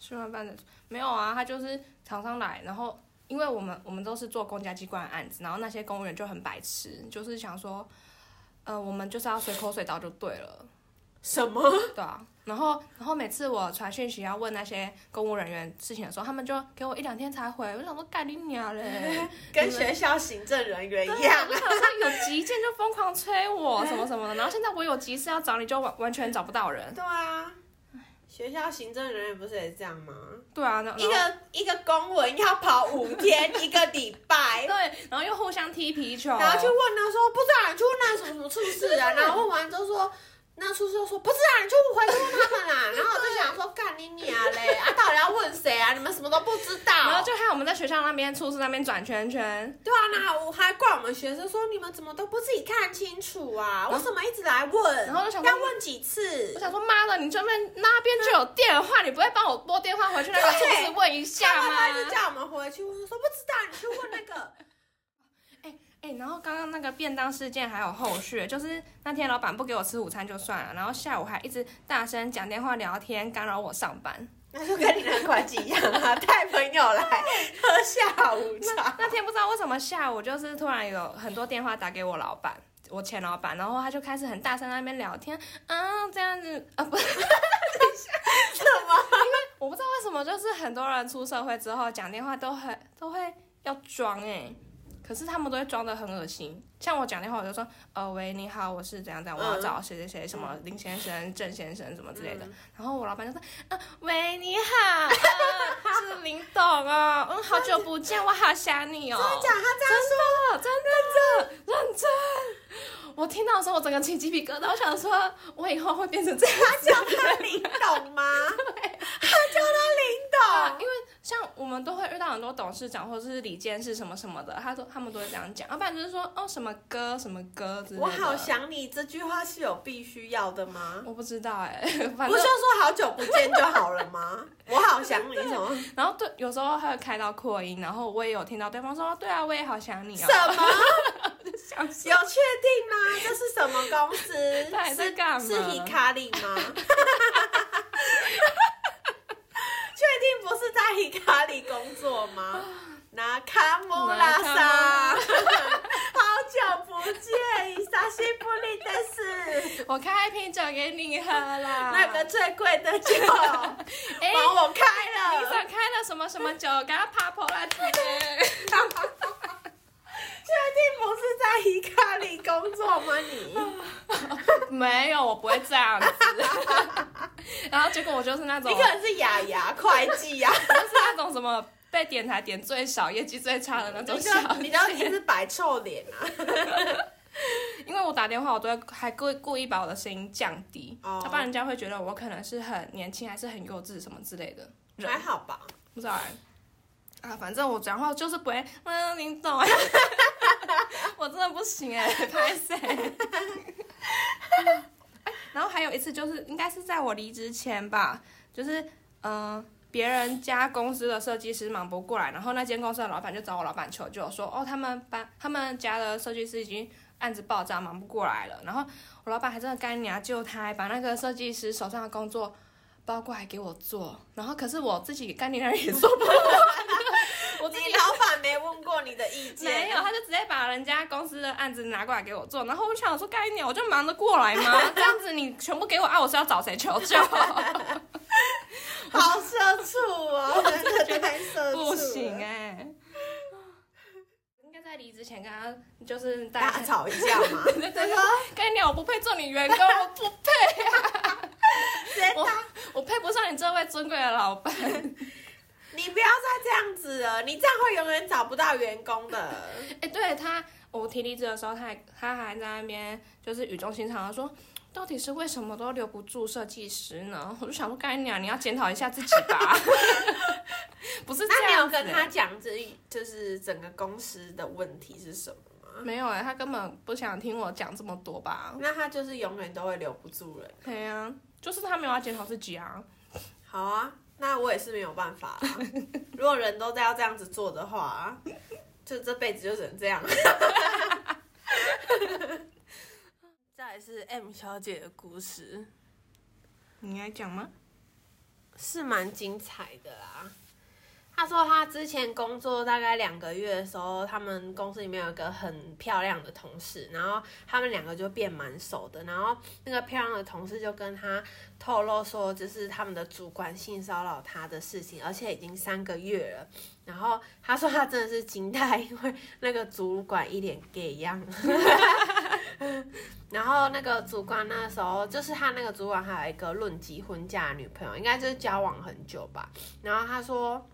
[SPEAKER 2] 吃完饭的没有啊，他就是厂商来，然后因为我们我们都是做公家机关的案子，然后那些公务员就很白痴，就是想说，呃，我们就是要随口随到就对了，
[SPEAKER 1] 什么？
[SPEAKER 2] 对啊。然后然后每次我传讯息要问那些公务人员事情的时候，他们就给我一两天才回，我就想说干你 娘嘞！
[SPEAKER 1] 跟学校行政人员
[SPEAKER 2] 对
[SPEAKER 1] 一
[SPEAKER 2] 啊，
[SPEAKER 1] 样
[SPEAKER 2] 我就想说有急件就疯狂催我什么什么的，然后现在我有急事要找你就完完全找不到人，
[SPEAKER 1] 对啊，学校行政人员不是也这样吗？
[SPEAKER 2] 对啊，那
[SPEAKER 1] 一个一个公文要跑五 天，一个礼拜，
[SPEAKER 2] 对，然后又互相踢皮球，
[SPEAKER 1] 然后去问他说不知道你去问那什么什么处事啊，然后问完之后说。那处事就说不知道，你去回去问他们啦。然后我就想说，干你娘嘞！啊，到底要问谁啊？你们什么都不知道。
[SPEAKER 2] 然后就害我们在学校那边处室那边转圈圈，
[SPEAKER 1] 对啊，那我还怪我们学生说你们怎么都不自己看清楚啊？为什么一直来问？
[SPEAKER 2] 然后就想说
[SPEAKER 1] 要问几次
[SPEAKER 2] 我？想说妈的，你这边那边就有电话，你不会帮我拨电话回去那个处室问一下
[SPEAKER 1] 他
[SPEAKER 2] 吗
[SPEAKER 1] 们？他就叫我们回去问，说不知道，你去问那个。
[SPEAKER 2] 哎、然后刚刚那个便当事件还有后续，就是那天老板不给我吃午餐就算了，然后下午还一直大声讲电话聊天，干扰我上班。
[SPEAKER 1] 那就跟你那会计一样啊，带朋友来喝下午 茶。
[SPEAKER 2] 那天不知道为什么下午就是突然有很多电话打给我老板，我前老板，然后他就开始很大声在那边聊天，啊这样子啊不是，我不知道为什么就是很多人出社会之后讲电话都很都会要装哎、可是他们都会装的很恶心。像我讲电话我就说，呃喂你好，我是怎样怎样，我要找谁谁谁什么林先生、郑先生什么之类的。然后我老板就说，嗯、喂你好，呃、是林董 哦，嗯好久不见，我好想你哦。
[SPEAKER 1] 讲他这样说，
[SPEAKER 2] 真的，认真，认真。我听到的时候，我整个起鸡皮疙瘩，我想说，我以后会变成这样
[SPEAKER 1] 他叫他林董吗？ 他
[SPEAKER 2] 啊
[SPEAKER 1] 叫他林董。
[SPEAKER 2] 因为像我们都会遇到很多董事长或者是李监事什么什么的，他都他们都会这样讲，要不然就是说哦什么歌什么歌之类的。
[SPEAKER 1] 我好，想你这句话是有必须要的吗？
[SPEAKER 2] 我不知道 哎、反
[SPEAKER 1] 不
[SPEAKER 2] 正
[SPEAKER 1] 是说好久不见就好了 吗？我好想你什么
[SPEAKER 2] 然后对，有时候他会开到扩音，然后我也有听到对方说，对啊，我也好想你
[SPEAKER 1] 什
[SPEAKER 2] 哦。
[SPEAKER 1] 么？
[SPEAKER 2] 想说
[SPEAKER 1] 有确定吗？这是什么公司？
[SPEAKER 2] 他还在干嘛
[SPEAKER 1] 是是 Hikari 吗？ 确定不是在 Hikari 工作 吗？那卡姆拉萨，好久不见，伊莎西布利的是
[SPEAKER 2] 我开一瓶酒给你喝 啦。
[SPEAKER 1] 那个最贵的酒，帮
[SPEAKER 2] 哎，
[SPEAKER 1] 我开
[SPEAKER 2] 你
[SPEAKER 1] 了
[SPEAKER 2] 想。开了什么什么 酒，给他啪破啦姐。
[SPEAKER 1] 确定不是在 Hikari 工作吗？ 你？
[SPEAKER 2] 没有，我不会这样子。 然后结果我就是那种，
[SPEAKER 1] 你可能是雅雅会计啊 呀、
[SPEAKER 2] 就是那种什么被点台点最少、业绩最差的那种
[SPEAKER 1] 你
[SPEAKER 2] 小
[SPEAKER 1] 就你就一
[SPEAKER 2] 姐。
[SPEAKER 1] 直摆臭脸啊。
[SPEAKER 2] 因为我打电话，我都会还故意故意把我的声音降低，
[SPEAKER 1] 哦
[SPEAKER 2] 要不然人家会觉得我可能是很年轻，还是很幼稚什么之类的人
[SPEAKER 1] 还，好吧，
[SPEAKER 2] 不知道欸、啊，反正我讲话就是不会，嗯，你懂欸 我真的不行哎、拍谁？ 然后还有一次就是，应该是在我离职前吧，就是嗯。呃别人家公司的设计师忙不过来，然后那间公司的老板就找我老板求救，说哦，他们班他们家的设计师已经案子爆炸，忙不过来了。然后我老板还真的干娘救他，把那个设计师手上的工作包过来给我 做。然后可是我自己干娘也做不完，我自己
[SPEAKER 1] 你老板没问过你你的意见，
[SPEAKER 2] 没有，他就直接把人家公司的案子拿过来给我做，然后我就想说，该你，我就忙得过来 吗？这样子你全部给我啊，我是要找谁求救？
[SPEAKER 1] 好社畜哦，真的太社畜了，
[SPEAKER 2] 不行哎、应该在离职前跟他就是大
[SPEAKER 1] 大
[SPEAKER 2] 家
[SPEAKER 1] 吵一架嘛， 对说
[SPEAKER 2] 该你，我不配做你员工，我不配，
[SPEAKER 1] 谁
[SPEAKER 2] 我
[SPEAKER 1] 当
[SPEAKER 2] 我配不上你这位尊贵的老板。
[SPEAKER 1] 你不要再这样子了，你这样会永远找不到员工的。
[SPEAKER 2] 哎、对他，我提离职的时候，他还他还在那边就是语重心长的说，到底是为什么都留不住设计师呢？我就想说，干你娘，你要检讨一下自己吧。 不 是
[SPEAKER 1] 那
[SPEAKER 2] 这
[SPEAKER 1] 你有
[SPEAKER 2] 样子、
[SPEAKER 1] 跟他
[SPEAKER 2] 欸，
[SPEAKER 1] 讲这就是整个公司的问题是什么吗？
[SPEAKER 2] 没有哎、他根本不想听我讲这么多吧？
[SPEAKER 1] 那他就是永远都会留不住人。
[SPEAKER 2] 对啊呀、就是他没有要检讨自己啊。
[SPEAKER 1] 好啊，那我也是没有办法 啦。如果人都在要这样子做的话，就这辈子就只能这样。 再来是 M 小姐的故事，
[SPEAKER 2] 你来讲吗？
[SPEAKER 1] 是蛮精彩的啦。她说她之前工作大概两个月的时候，他们公司里面有一个很漂亮的同事，然后他们两个就变蛮熟的。然后那个漂亮的同事就跟她透露说，就是他们的主管性骚扰她的事情，而且已经三个月了。然后她说她真的是惊叹，因为那个主管一脸 gay 样。然后那个主管那时候就是他那个主管还有一个论及婚嫁的女朋友，应该就是交往很久吧。然后他说，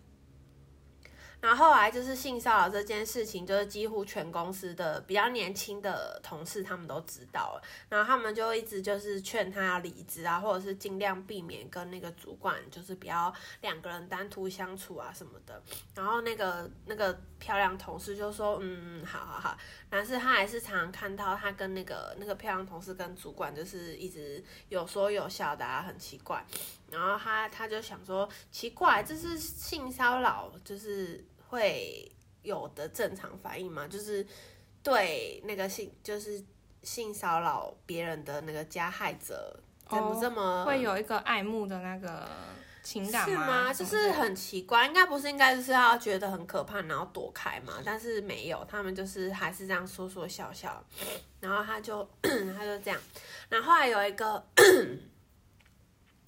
[SPEAKER 1] 然后后来就是性骚扰这件事情，就是几乎全公司的比较年轻的同事他们都知道了，然后他们就一直就是劝他要离职啊，或者是尽量避免跟那个主管就是不要两个人单独相处啊什么的。然后那个那个漂亮同事就说，嗯，好好好，但是他还是常常看到他跟那个那个漂亮同事跟主管就是一直有说有笑的、啊，很奇怪。然后他他就想说，奇怪，这是性骚扰，就是会有的正常反应吗？就是对那个性就是性骚扰别人的那个加害者，怎么这么、
[SPEAKER 2] 会有一个爱慕的那个情感
[SPEAKER 1] 是吗？
[SPEAKER 2] 什
[SPEAKER 1] 就
[SPEAKER 2] 么之类
[SPEAKER 1] 是
[SPEAKER 2] 的
[SPEAKER 1] 很奇怪，应该不是，应该就是要觉得很可怕，然后躲开嘛。但是没有，他们就是还是这样说说笑笑，然后他就 他就这样，然后后来有一个。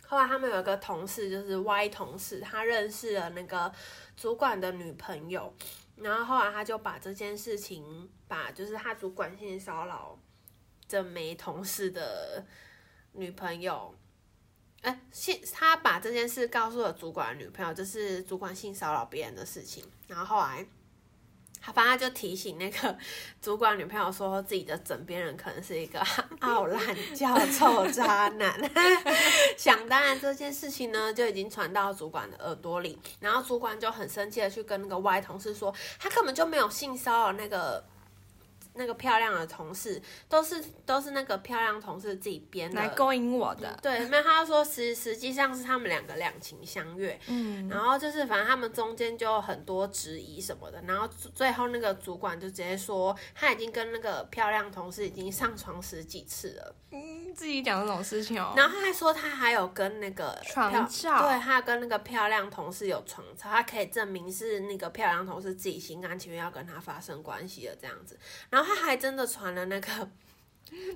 [SPEAKER 1] 后来他们有一个同事，就是 Y 同事，他认识了那个主管的女朋友，然后后来他就把这件事情，把就是他主管性骚扰这枚同事的女朋友，哎，性他把这件事告诉了主管的女朋友，就是主管性骚扰别人的事情，然后后来。他反正他就提醒那个主管女朋友说，自己的枕边人可能是一个傲懒教臭渣男。 想当然，这件事情呢就已经传到主管的耳朵里，然后主管就很生气的去跟那个 Y 同事说，他根本就没有性骚扰那个那个漂亮的同事，都是都是那个漂亮同事自己编的，
[SPEAKER 2] 来勾引我的。
[SPEAKER 1] 对，那他说实实际上是他们两个两情相悦，嗯，然后就是反正他们中间就有很多质疑什么的，然后最最后那个主管就直接说他已经跟那个漂亮同事已经上床十几次了，
[SPEAKER 2] 嗯自己讲这种事情哦。
[SPEAKER 1] 然后他还说他还有跟那个
[SPEAKER 2] 床
[SPEAKER 1] 漂
[SPEAKER 2] 照
[SPEAKER 1] 对，他跟那个漂亮同事有床照，他可以证明是那个漂亮同事自己心甘情愿要跟他发生关系的这样子。然后他还真的传了那个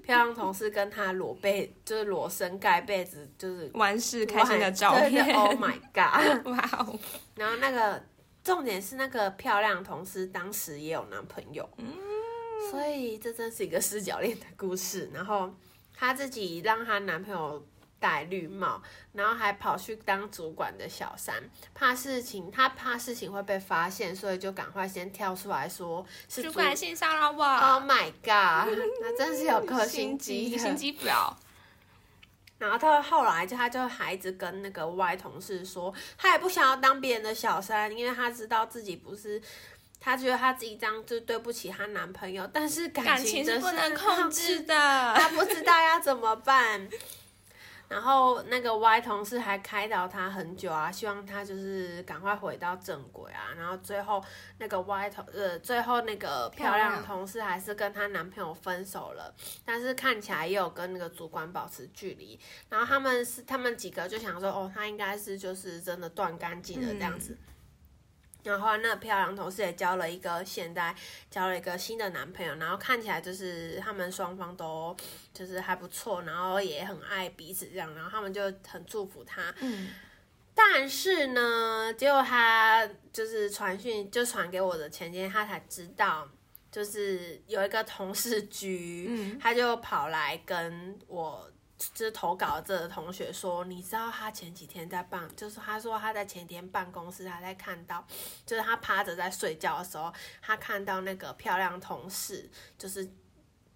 [SPEAKER 1] 漂亮同事跟他裸被，就是裸身盖被子，就是
[SPEAKER 2] 完事开心的照
[SPEAKER 1] 对
[SPEAKER 2] 片
[SPEAKER 1] 对。Oh my god！
[SPEAKER 2] 哇哦，
[SPEAKER 1] 然后那个重点是那个漂亮同事当时也有男朋友，所以这真是一个四角恋的故事。然后她自己让她男朋友。戴绿帽，然后还跑去当主管的小三，怕事情，她怕事情会被发现，所以就赶快先跳出来说是
[SPEAKER 2] 主
[SPEAKER 1] 主
[SPEAKER 2] 管性骚扰
[SPEAKER 1] ，Oh
[SPEAKER 2] 我，
[SPEAKER 1] my god，那真是有颗心机的，
[SPEAKER 2] 嗯心机婊。
[SPEAKER 1] 然后他后来就他就还一直跟那个 Y 同事说，他也不想要当别人的小三，因为他知道自己不是，他觉得他自己这样就对不起她男朋友，但是
[SPEAKER 2] 感
[SPEAKER 1] 感情
[SPEAKER 2] 情是
[SPEAKER 1] 真
[SPEAKER 2] 不能
[SPEAKER 1] 是
[SPEAKER 2] 控制的。
[SPEAKER 1] 他不知道要怎么办。然后那个 Y 同事还开导他很久啊，希望他就是赶快回到正轨啊。然后最后那个 Y 同呃，最后那个漂
[SPEAKER 2] 漂
[SPEAKER 1] 亮
[SPEAKER 2] 亮
[SPEAKER 1] 同事还是跟她男朋友分手了，但是看起来也有跟那个主管保持距离。然后他们是他们几个就想说，哦，他应该是就是真的断干净了这样子。然后后来那个漂亮同事也交了一个现在交了一个新的男朋友，然后看起来就是他们双方都就是还不错，然后也很爱彼此这样，然后他们就很祝福他。
[SPEAKER 2] 嗯，
[SPEAKER 1] 但是呢，结果他就是传讯就传给我的前天，他才知道，就是有一个同事局，
[SPEAKER 2] 嗯
[SPEAKER 1] 他就跑来跟我。就是投稿这个同学说，你知道他前几天在办，就是他说他在前几天办公室，他在看到，就是他趴着在睡觉的时候，他看到那个漂亮同事，就是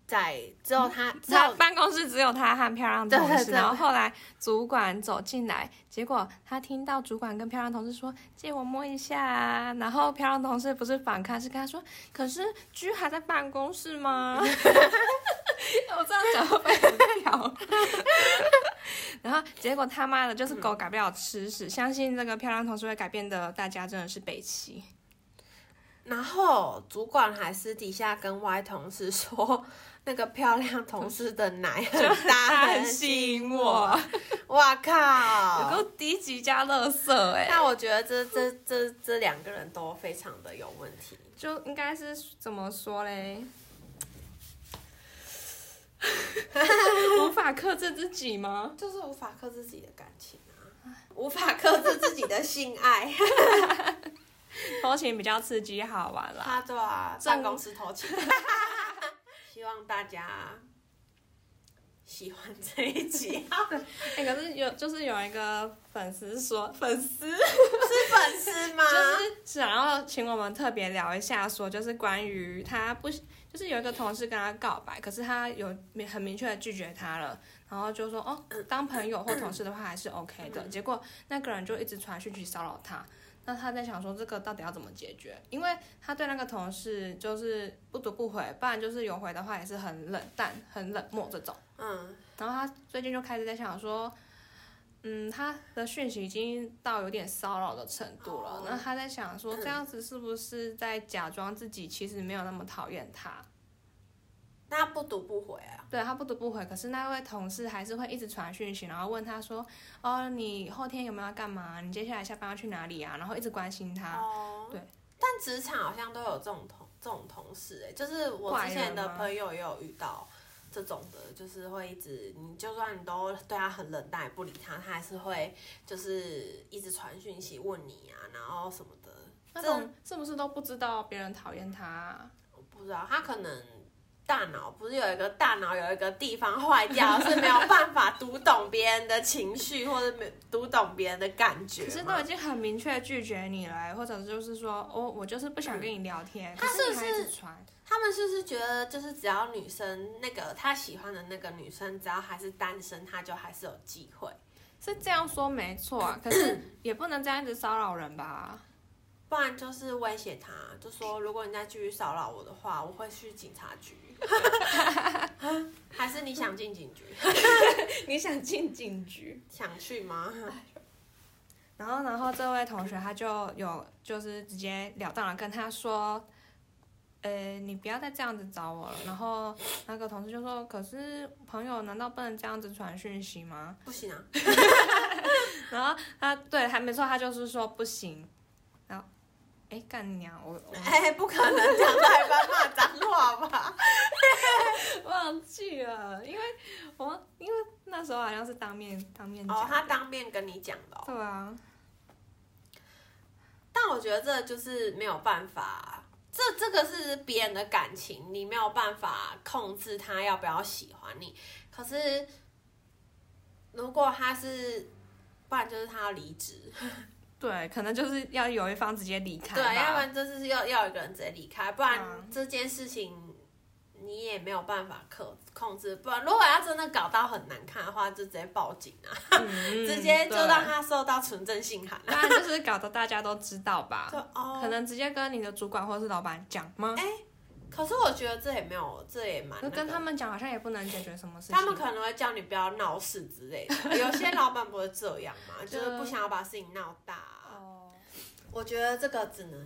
[SPEAKER 1] 在之后他之
[SPEAKER 2] 他
[SPEAKER 1] 后
[SPEAKER 2] 办公室只有他和漂亮同
[SPEAKER 1] 对
[SPEAKER 2] 事，
[SPEAKER 1] 对
[SPEAKER 2] 然后后来主管走进来，结果他听到主管跟漂亮同事说：“借我摸一下啊。”然后漂亮同事不是反抗，是跟他说：“可是居还在办公室吗？” 我这样讲会被很屌。 然后结果他妈的就是狗改不了吃屎，相信这个漂亮同事会改变的，大家真的是北齐。
[SPEAKER 1] 然后主管还私底下跟 Y 同事说，那个漂亮同事的奶很大，很吸引我。，哇
[SPEAKER 2] 有
[SPEAKER 1] 靠！
[SPEAKER 2] 够低级加乐色哎。
[SPEAKER 1] 但我觉得这这这这两个人都非常的有问题。
[SPEAKER 2] 就应该是怎么说 嘞？无法克制自己 吗？
[SPEAKER 1] 就是无法克制自己的感情啊，无法克制自己的性爱。
[SPEAKER 2] 偷情比较刺激好玩 啦。
[SPEAKER 1] 他对啊，
[SPEAKER 2] 正
[SPEAKER 1] 办公室偷情。 希望大家喜欢这一集，
[SPEAKER 2] 哎、可是有就是有一个粉丝说，粉丝
[SPEAKER 1] 是粉丝吗？
[SPEAKER 2] 就是想要请我们特别聊一下，说就是关于他不就是有一个同事跟他告白，可是他有明很明确的拒绝他了，然后就说哦，当朋友或同事的话还是 OK 的。结果那个人就一直传讯息骚扰他，那他在想说这个到底要怎么解决？因为他对那个同事就是不读不回，不然就是有回的话也是很冷淡、很冷漠这种。
[SPEAKER 1] 嗯，
[SPEAKER 2] 然后他最近就开始在想说，嗯，他的讯息已经到有点骚扰的程度了
[SPEAKER 1] 哦。
[SPEAKER 2] 那、他在想说，这样子是不是在假装自己其实没有那么讨厌他？
[SPEAKER 1] 那不读不回啊。
[SPEAKER 2] 对他不得不回，可是那位同事还是会一直传讯息，然后问他说，哦，你后天有没有要干嘛？你接下来下班要去哪里啊？然后一直关心他。
[SPEAKER 1] 哦，
[SPEAKER 2] 对。
[SPEAKER 1] 但职场好像都有这种同这种同事、哎，就是我之前的朋友也有遇到这种的，就是会一直，你就算你都对他很冷淡，也不理他，他还是会就是一直传讯息问你啊，然后什么的。
[SPEAKER 2] 那
[SPEAKER 1] 这
[SPEAKER 2] 种是不是都不知道别人讨厌他啊、
[SPEAKER 1] 我不知道，他可能大脑不是有一个大脑有一个地方坏掉，是没有办法读懂别人的情绪，或者没读懂别人的感觉吗。
[SPEAKER 2] 可是都已经很明确拒绝你了、欸或者就是说，哦，我就是不想跟你聊天，
[SPEAKER 1] 他
[SPEAKER 2] 可
[SPEAKER 1] 是不
[SPEAKER 2] 是你还一
[SPEAKER 1] 是
[SPEAKER 2] 直传。
[SPEAKER 1] 他们是不是觉得，就是只要女生那个他喜欢的那个女生，只要还是单身，他就还是有机会，
[SPEAKER 2] 是这样说没错 啊，可是也不能这样一直骚扰人吧？
[SPEAKER 1] 不然就是威胁他，就说如果你再继续骚扰我的话，我会去警察局。还是你想进警局？
[SPEAKER 2] 你想进警局？
[SPEAKER 1] 想去吗？
[SPEAKER 2] 然后，然后这位同学他就有就是直截了当的跟他说，呃，你不要再这样子找我了。然后那个同事就说，可是朋友难道不能这样子传讯息吗？
[SPEAKER 1] 不行啊，
[SPEAKER 2] 然后他对，还没错，他就是说不行。然后，哎，干你娘！我我
[SPEAKER 1] 哎、不可能讲到一半骂脏话吧？
[SPEAKER 2] 忘记了，因为我因为那时候好像是当面当面讲。
[SPEAKER 1] 哦，他当面跟你讲的、哦，
[SPEAKER 2] 对啊，
[SPEAKER 1] 但我觉得这就是没有办法，这这个是别人的感情，你没有办法控制他要不要喜欢你。可是如果他是，不然就是他要离职，
[SPEAKER 2] 对，可能就是要有一方直接离开
[SPEAKER 1] 对，
[SPEAKER 2] 吧
[SPEAKER 1] 要不然就是要要有一个人直接离开，不然
[SPEAKER 2] 嗯
[SPEAKER 1] 这件事情。你也没有办法克控制，不然如果要真的搞到很难看的话，就直接报警啊，
[SPEAKER 2] 嗯
[SPEAKER 1] 直接就让，
[SPEAKER 2] 对
[SPEAKER 1] 他收到纯正信函啊。
[SPEAKER 2] 当然就是搞得大家都知道吧
[SPEAKER 1] 就，哦，
[SPEAKER 2] 啊
[SPEAKER 1] 哎
[SPEAKER 2] 可能直接跟你的主管或是老板讲吗？
[SPEAKER 1] 可是我觉得这也没有，这也蛮、那
[SPEAKER 2] 可
[SPEAKER 1] 个
[SPEAKER 2] 跟他们讲好像也不能解决什么事情，
[SPEAKER 1] 他们可能会叫你不要闹事之类 的，有些老板不会这样嘛，
[SPEAKER 2] 对
[SPEAKER 1] 就是不想要把事情闹大、啊
[SPEAKER 2] 哦，
[SPEAKER 1] 我觉得这个只能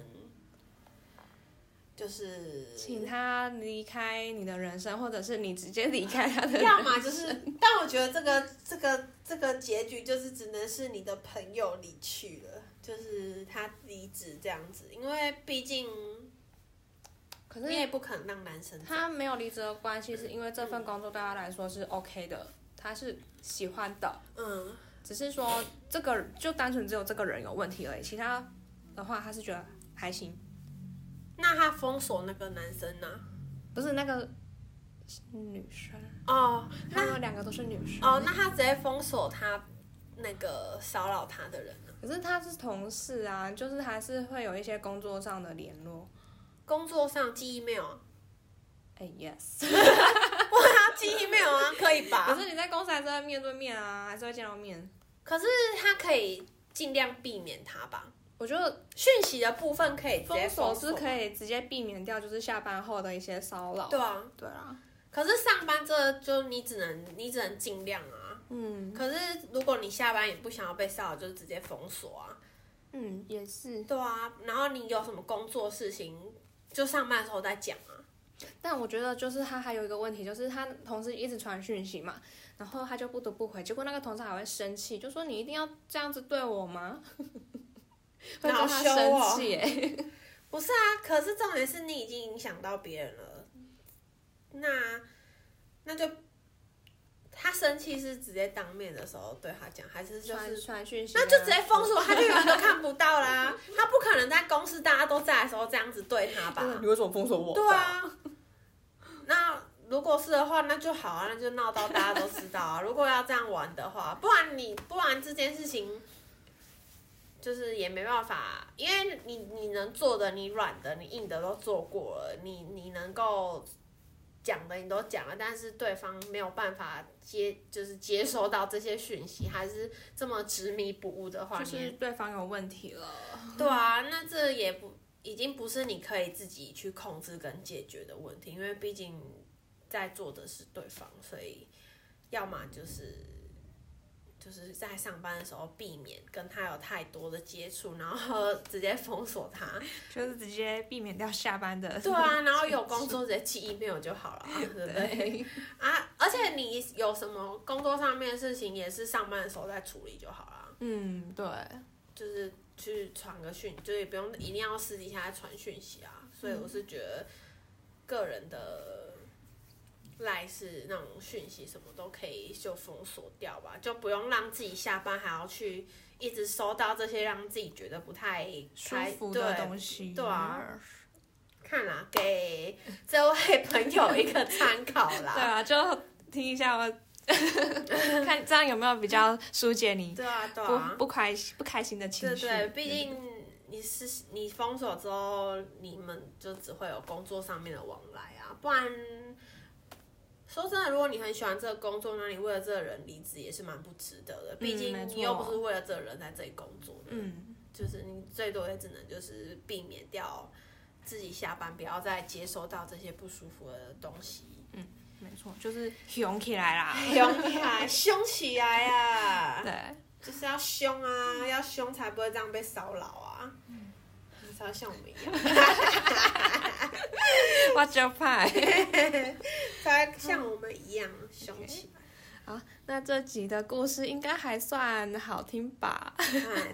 [SPEAKER 1] 就是，
[SPEAKER 2] 请他离开你的人生，或者是你直接离开他的，
[SPEAKER 1] 要么就是，但我觉得这个这个这个结局就是只能是你的朋友离去了，就是他离职这样子，因为毕竟
[SPEAKER 2] 可
[SPEAKER 1] 你也
[SPEAKER 2] 是
[SPEAKER 1] 不可能让男生走
[SPEAKER 2] 他没有离职的关系，是因为这份工作对他来说是 OK 的，他是喜欢的，
[SPEAKER 1] 嗯，
[SPEAKER 2] 只是说这个就单纯只有这个人有问题而已，其他的话他是觉得还行。
[SPEAKER 1] 那他封锁那个男生呢、
[SPEAKER 2] 不是那个是女生，
[SPEAKER 1] 哦，那
[SPEAKER 2] 他们两个都是女生。
[SPEAKER 1] 哦，那他直接封锁他那个骚扰他的人呢、
[SPEAKER 2] 可是他是同事啊，就是还是会有一些工作上的联络。
[SPEAKER 1] 工作上寄 email，啊
[SPEAKER 2] 哎、yes，
[SPEAKER 1] 哇，他寄 email 啊，可以
[SPEAKER 2] 可
[SPEAKER 1] 吧？
[SPEAKER 2] 是你在公司还是会面对面啊，还是会见到面。
[SPEAKER 1] 可是他可以尽量避免他吧。
[SPEAKER 2] 我觉得
[SPEAKER 1] 讯息的部分可以直接
[SPEAKER 2] 封
[SPEAKER 1] 锁
[SPEAKER 2] 锁是可
[SPEAKER 1] 以，
[SPEAKER 2] 以直接避免掉，就是下班后的一些骚扰。
[SPEAKER 1] 对啊。
[SPEAKER 2] 对啊，
[SPEAKER 1] 可是上班这就你只能你只能尽量啊。
[SPEAKER 2] 嗯
[SPEAKER 1] 可是如果你下班也不想要被骚扰，就直接封锁啊。
[SPEAKER 2] 嗯，也是。
[SPEAKER 1] 对啊，然后你有什么工作事情，就上班的时候再讲啊。
[SPEAKER 2] 但我觉得就是他还有一个问题，就是他同事一直传讯息嘛，然后他就不得不回，结果那个同事还会生气，就说你一定要这样子对我吗？ 会对
[SPEAKER 1] 恼
[SPEAKER 2] 他
[SPEAKER 1] 羞哦
[SPEAKER 2] 生气、欸，
[SPEAKER 1] 不是啊，可是重点是你已经影响到别人了，那那就他生气是直接当面的时候对他讲，还是就
[SPEAKER 2] 传
[SPEAKER 1] 是
[SPEAKER 2] 传讯息啊，
[SPEAKER 1] 那就直接封锁，他就永远都看不到啦。他不可能在公司大家都在的时候这样子对他吧？
[SPEAKER 2] 你为什么封锁我
[SPEAKER 1] 对，啊， 那如果是的话，那就好啊，那就闹到大家都知道啊。 如果要这样玩的话，不然你不然这件事情就是也没办法，因为你你能做的、你软的、你硬的都做过了，你你能够。讲的你都讲了，但是对方没有办法接，就是接收到这些讯息，还是这么执迷不悟的话，
[SPEAKER 2] 就
[SPEAKER 1] 你
[SPEAKER 2] 是对方有问题 了。
[SPEAKER 1] 对啊，那这也不已经不是你可以自己去控制跟解决的问题，因为毕竟在做的是对方，所以要么就是就是在上班的时候避免跟他有太多的接触，然后直接封锁他。
[SPEAKER 2] 就是直接避免掉下班的。
[SPEAKER 1] 对啊，然后有工作直接寄 email 就好了啊，对不对？
[SPEAKER 2] 对，
[SPEAKER 1] 啊，而且你有什么工作上面的事情，也是上班的时候再处理就好了。 啊
[SPEAKER 2] 嗯，对，
[SPEAKER 1] 就是去传个讯，就是也不用一定要私底下传讯息啊。所以我是觉得个人的赖是那种讯息什么都可以就封锁掉吧，就不用让自己下班还要去一直收到这些让自己觉得不太
[SPEAKER 2] 舒
[SPEAKER 1] 开
[SPEAKER 2] 服
[SPEAKER 1] 对
[SPEAKER 2] 的东西。嗯
[SPEAKER 1] 对啊，看啦、 给这位朋友一个参考
[SPEAKER 2] 对
[SPEAKER 1] 啦。
[SPEAKER 2] 啊，就听一下 我，看这样有没有比较疏解你
[SPEAKER 1] 对啊，对
[SPEAKER 2] 不
[SPEAKER 1] 啊，
[SPEAKER 2] 不开心不开心的情
[SPEAKER 1] 对
[SPEAKER 2] 绪。
[SPEAKER 1] 对，毕竟你是你封锁之后，你们就只会有工作上面的往来啊，不然说真的，如果你很喜欢这个工作，那你为了这个人离职也是蛮不值得的。毕
[SPEAKER 2] 没
[SPEAKER 1] 竟
[SPEAKER 2] 错
[SPEAKER 1] 你又不是为了这个人在这里工作的，
[SPEAKER 2] 嗯，
[SPEAKER 1] 就是你最多也只能就是避免掉自己下班不要再接收到这些不舒服的东西。
[SPEAKER 2] 没错，就是勇起来 啦。
[SPEAKER 1] 凶起来，凶起来啊！
[SPEAKER 2] 对，
[SPEAKER 1] 就是要凶啊，要凶才不会这样被骚扰啊，你才会像我们一样，
[SPEAKER 2] 我就派。
[SPEAKER 1] 才会像我们一样凶起来。
[SPEAKER 2] 好，那这集的故事应该还算好听 吧？
[SPEAKER 1] 哎，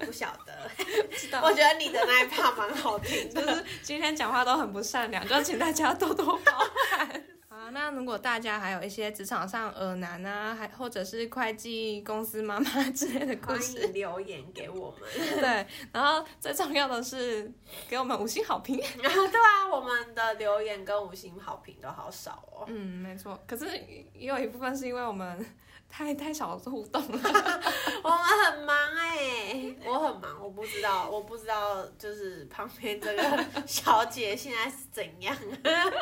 [SPEAKER 1] 不晓得，
[SPEAKER 2] 知道
[SPEAKER 1] 我觉得你的那一趴蛮好听
[SPEAKER 2] 就
[SPEAKER 1] 的。
[SPEAKER 2] 是今天讲话都很不善良，就请大家多多包涵。啊，那如果大家还有一些职场上耳男啊，还或者是会计公司妈妈之类的故
[SPEAKER 1] 欢
[SPEAKER 2] 事，
[SPEAKER 1] 迎留言给我们。
[SPEAKER 2] 对，然后最重要的是给我们五星好评。
[SPEAKER 1] 然后对啊，我们的留言跟五星好评都好少 哦。
[SPEAKER 2] 嗯，没错。可是也有一部分是因为我们太太少互动 了，
[SPEAKER 1] 我们很忙哎、我很忙，我不知道，我不知道，就是旁边这个小姐现在是怎样。啊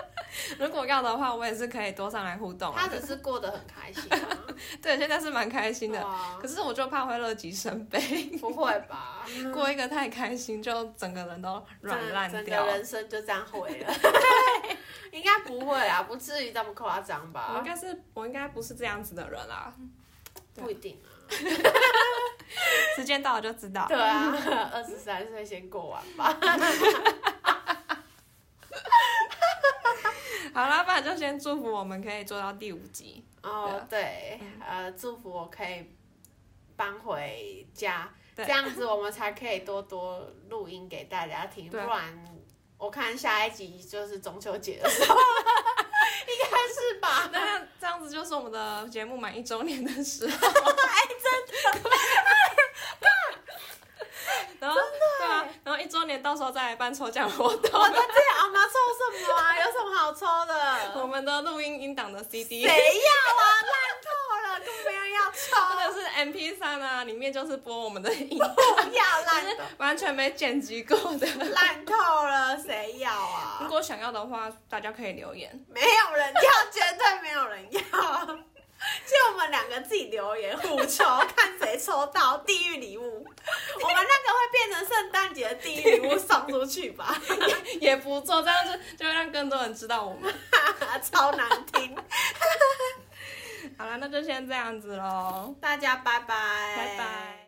[SPEAKER 2] 如果要的话，我也是可以多上来互动啊。
[SPEAKER 1] 她只是过得很开心、 啊，
[SPEAKER 2] 对，现在是蛮开心的，
[SPEAKER 1] 哇
[SPEAKER 2] 可是我就怕会乐极生悲，
[SPEAKER 1] 不会 吧？
[SPEAKER 2] 过一个太开心就整个人都软烂
[SPEAKER 1] 整
[SPEAKER 2] 掉
[SPEAKER 1] 整个。人生就这样毁了。 应该不会啊，不至于这么夸张
[SPEAKER 2] 我应
[SPEAKER 1] 吧？
[SPEAKER 2] 该是我应该不是这样子的人啦，
[SPEAKER 1] 不一定啊。
[SPEAKER 2] 时间到了就知道。
[SPEAKER 1] 对 啊，二十三岁先过完吧。
[SPEAKER 2] 好啦，不然就先祝福我们可以做到第五 集。啊嗯
[SPEAKER 1] 哦，对，呃，祝福我可以搬回家，
[SPEAKER 2] 对
[SPEAKER 3] 这样子我们才可以多多录音给大家听，不
[SPEAKER 2] 对啊
[SPEAKER 3] 然我看下一集就是中秋节的时 候了，应该是吧？
[SPEAKER 2] 那这样子就是我们的节目满一周年的时 候。 然后对啊，然后一周年到时候再来办抽奖活动，
[SPEAKER 3] 我都这样，我们要抽什么啊？有什么好 抽
[SPEAKER 2] 我
[SPEAKER 3] 的？
[SPEAKER 2] 们的录音音档的 CD，
[SPEAKER 3] 谁要啊？烂透了，都没有要
[SPEAKER 2] 或
[SPEAKER 3] 抽，
[SPEAKER 2] 者是 MP 三啊，里面就是播我们的 音，
[SPEAKER 3] 不要烂透，
[SPEAKER 2] 完全没剪辑过的。
[SPEAKER 3] 烂透了，谁要
[SPEAKER 2] 如
[SPEAKER 3] 啊？
[SPEAKER 2] 果想要的话，大家可以留言。
[SPEAKER 3] 没有人要，绝对没有人要。就我们两个自己留言互抽，看谁抽到地狱礼物。我们那个会变成圣诞节的地狱礼物送出去吧，
[SPEAKER 2] 也不错，这样就就会让更多人知道我们。
[SPEAKER 3] 超难听。
[SPEAKER 2] 好了，那就先这样子喽，
[SPEAKER 3] 大家拜拜，
[SPEAKER 2] 拜拜。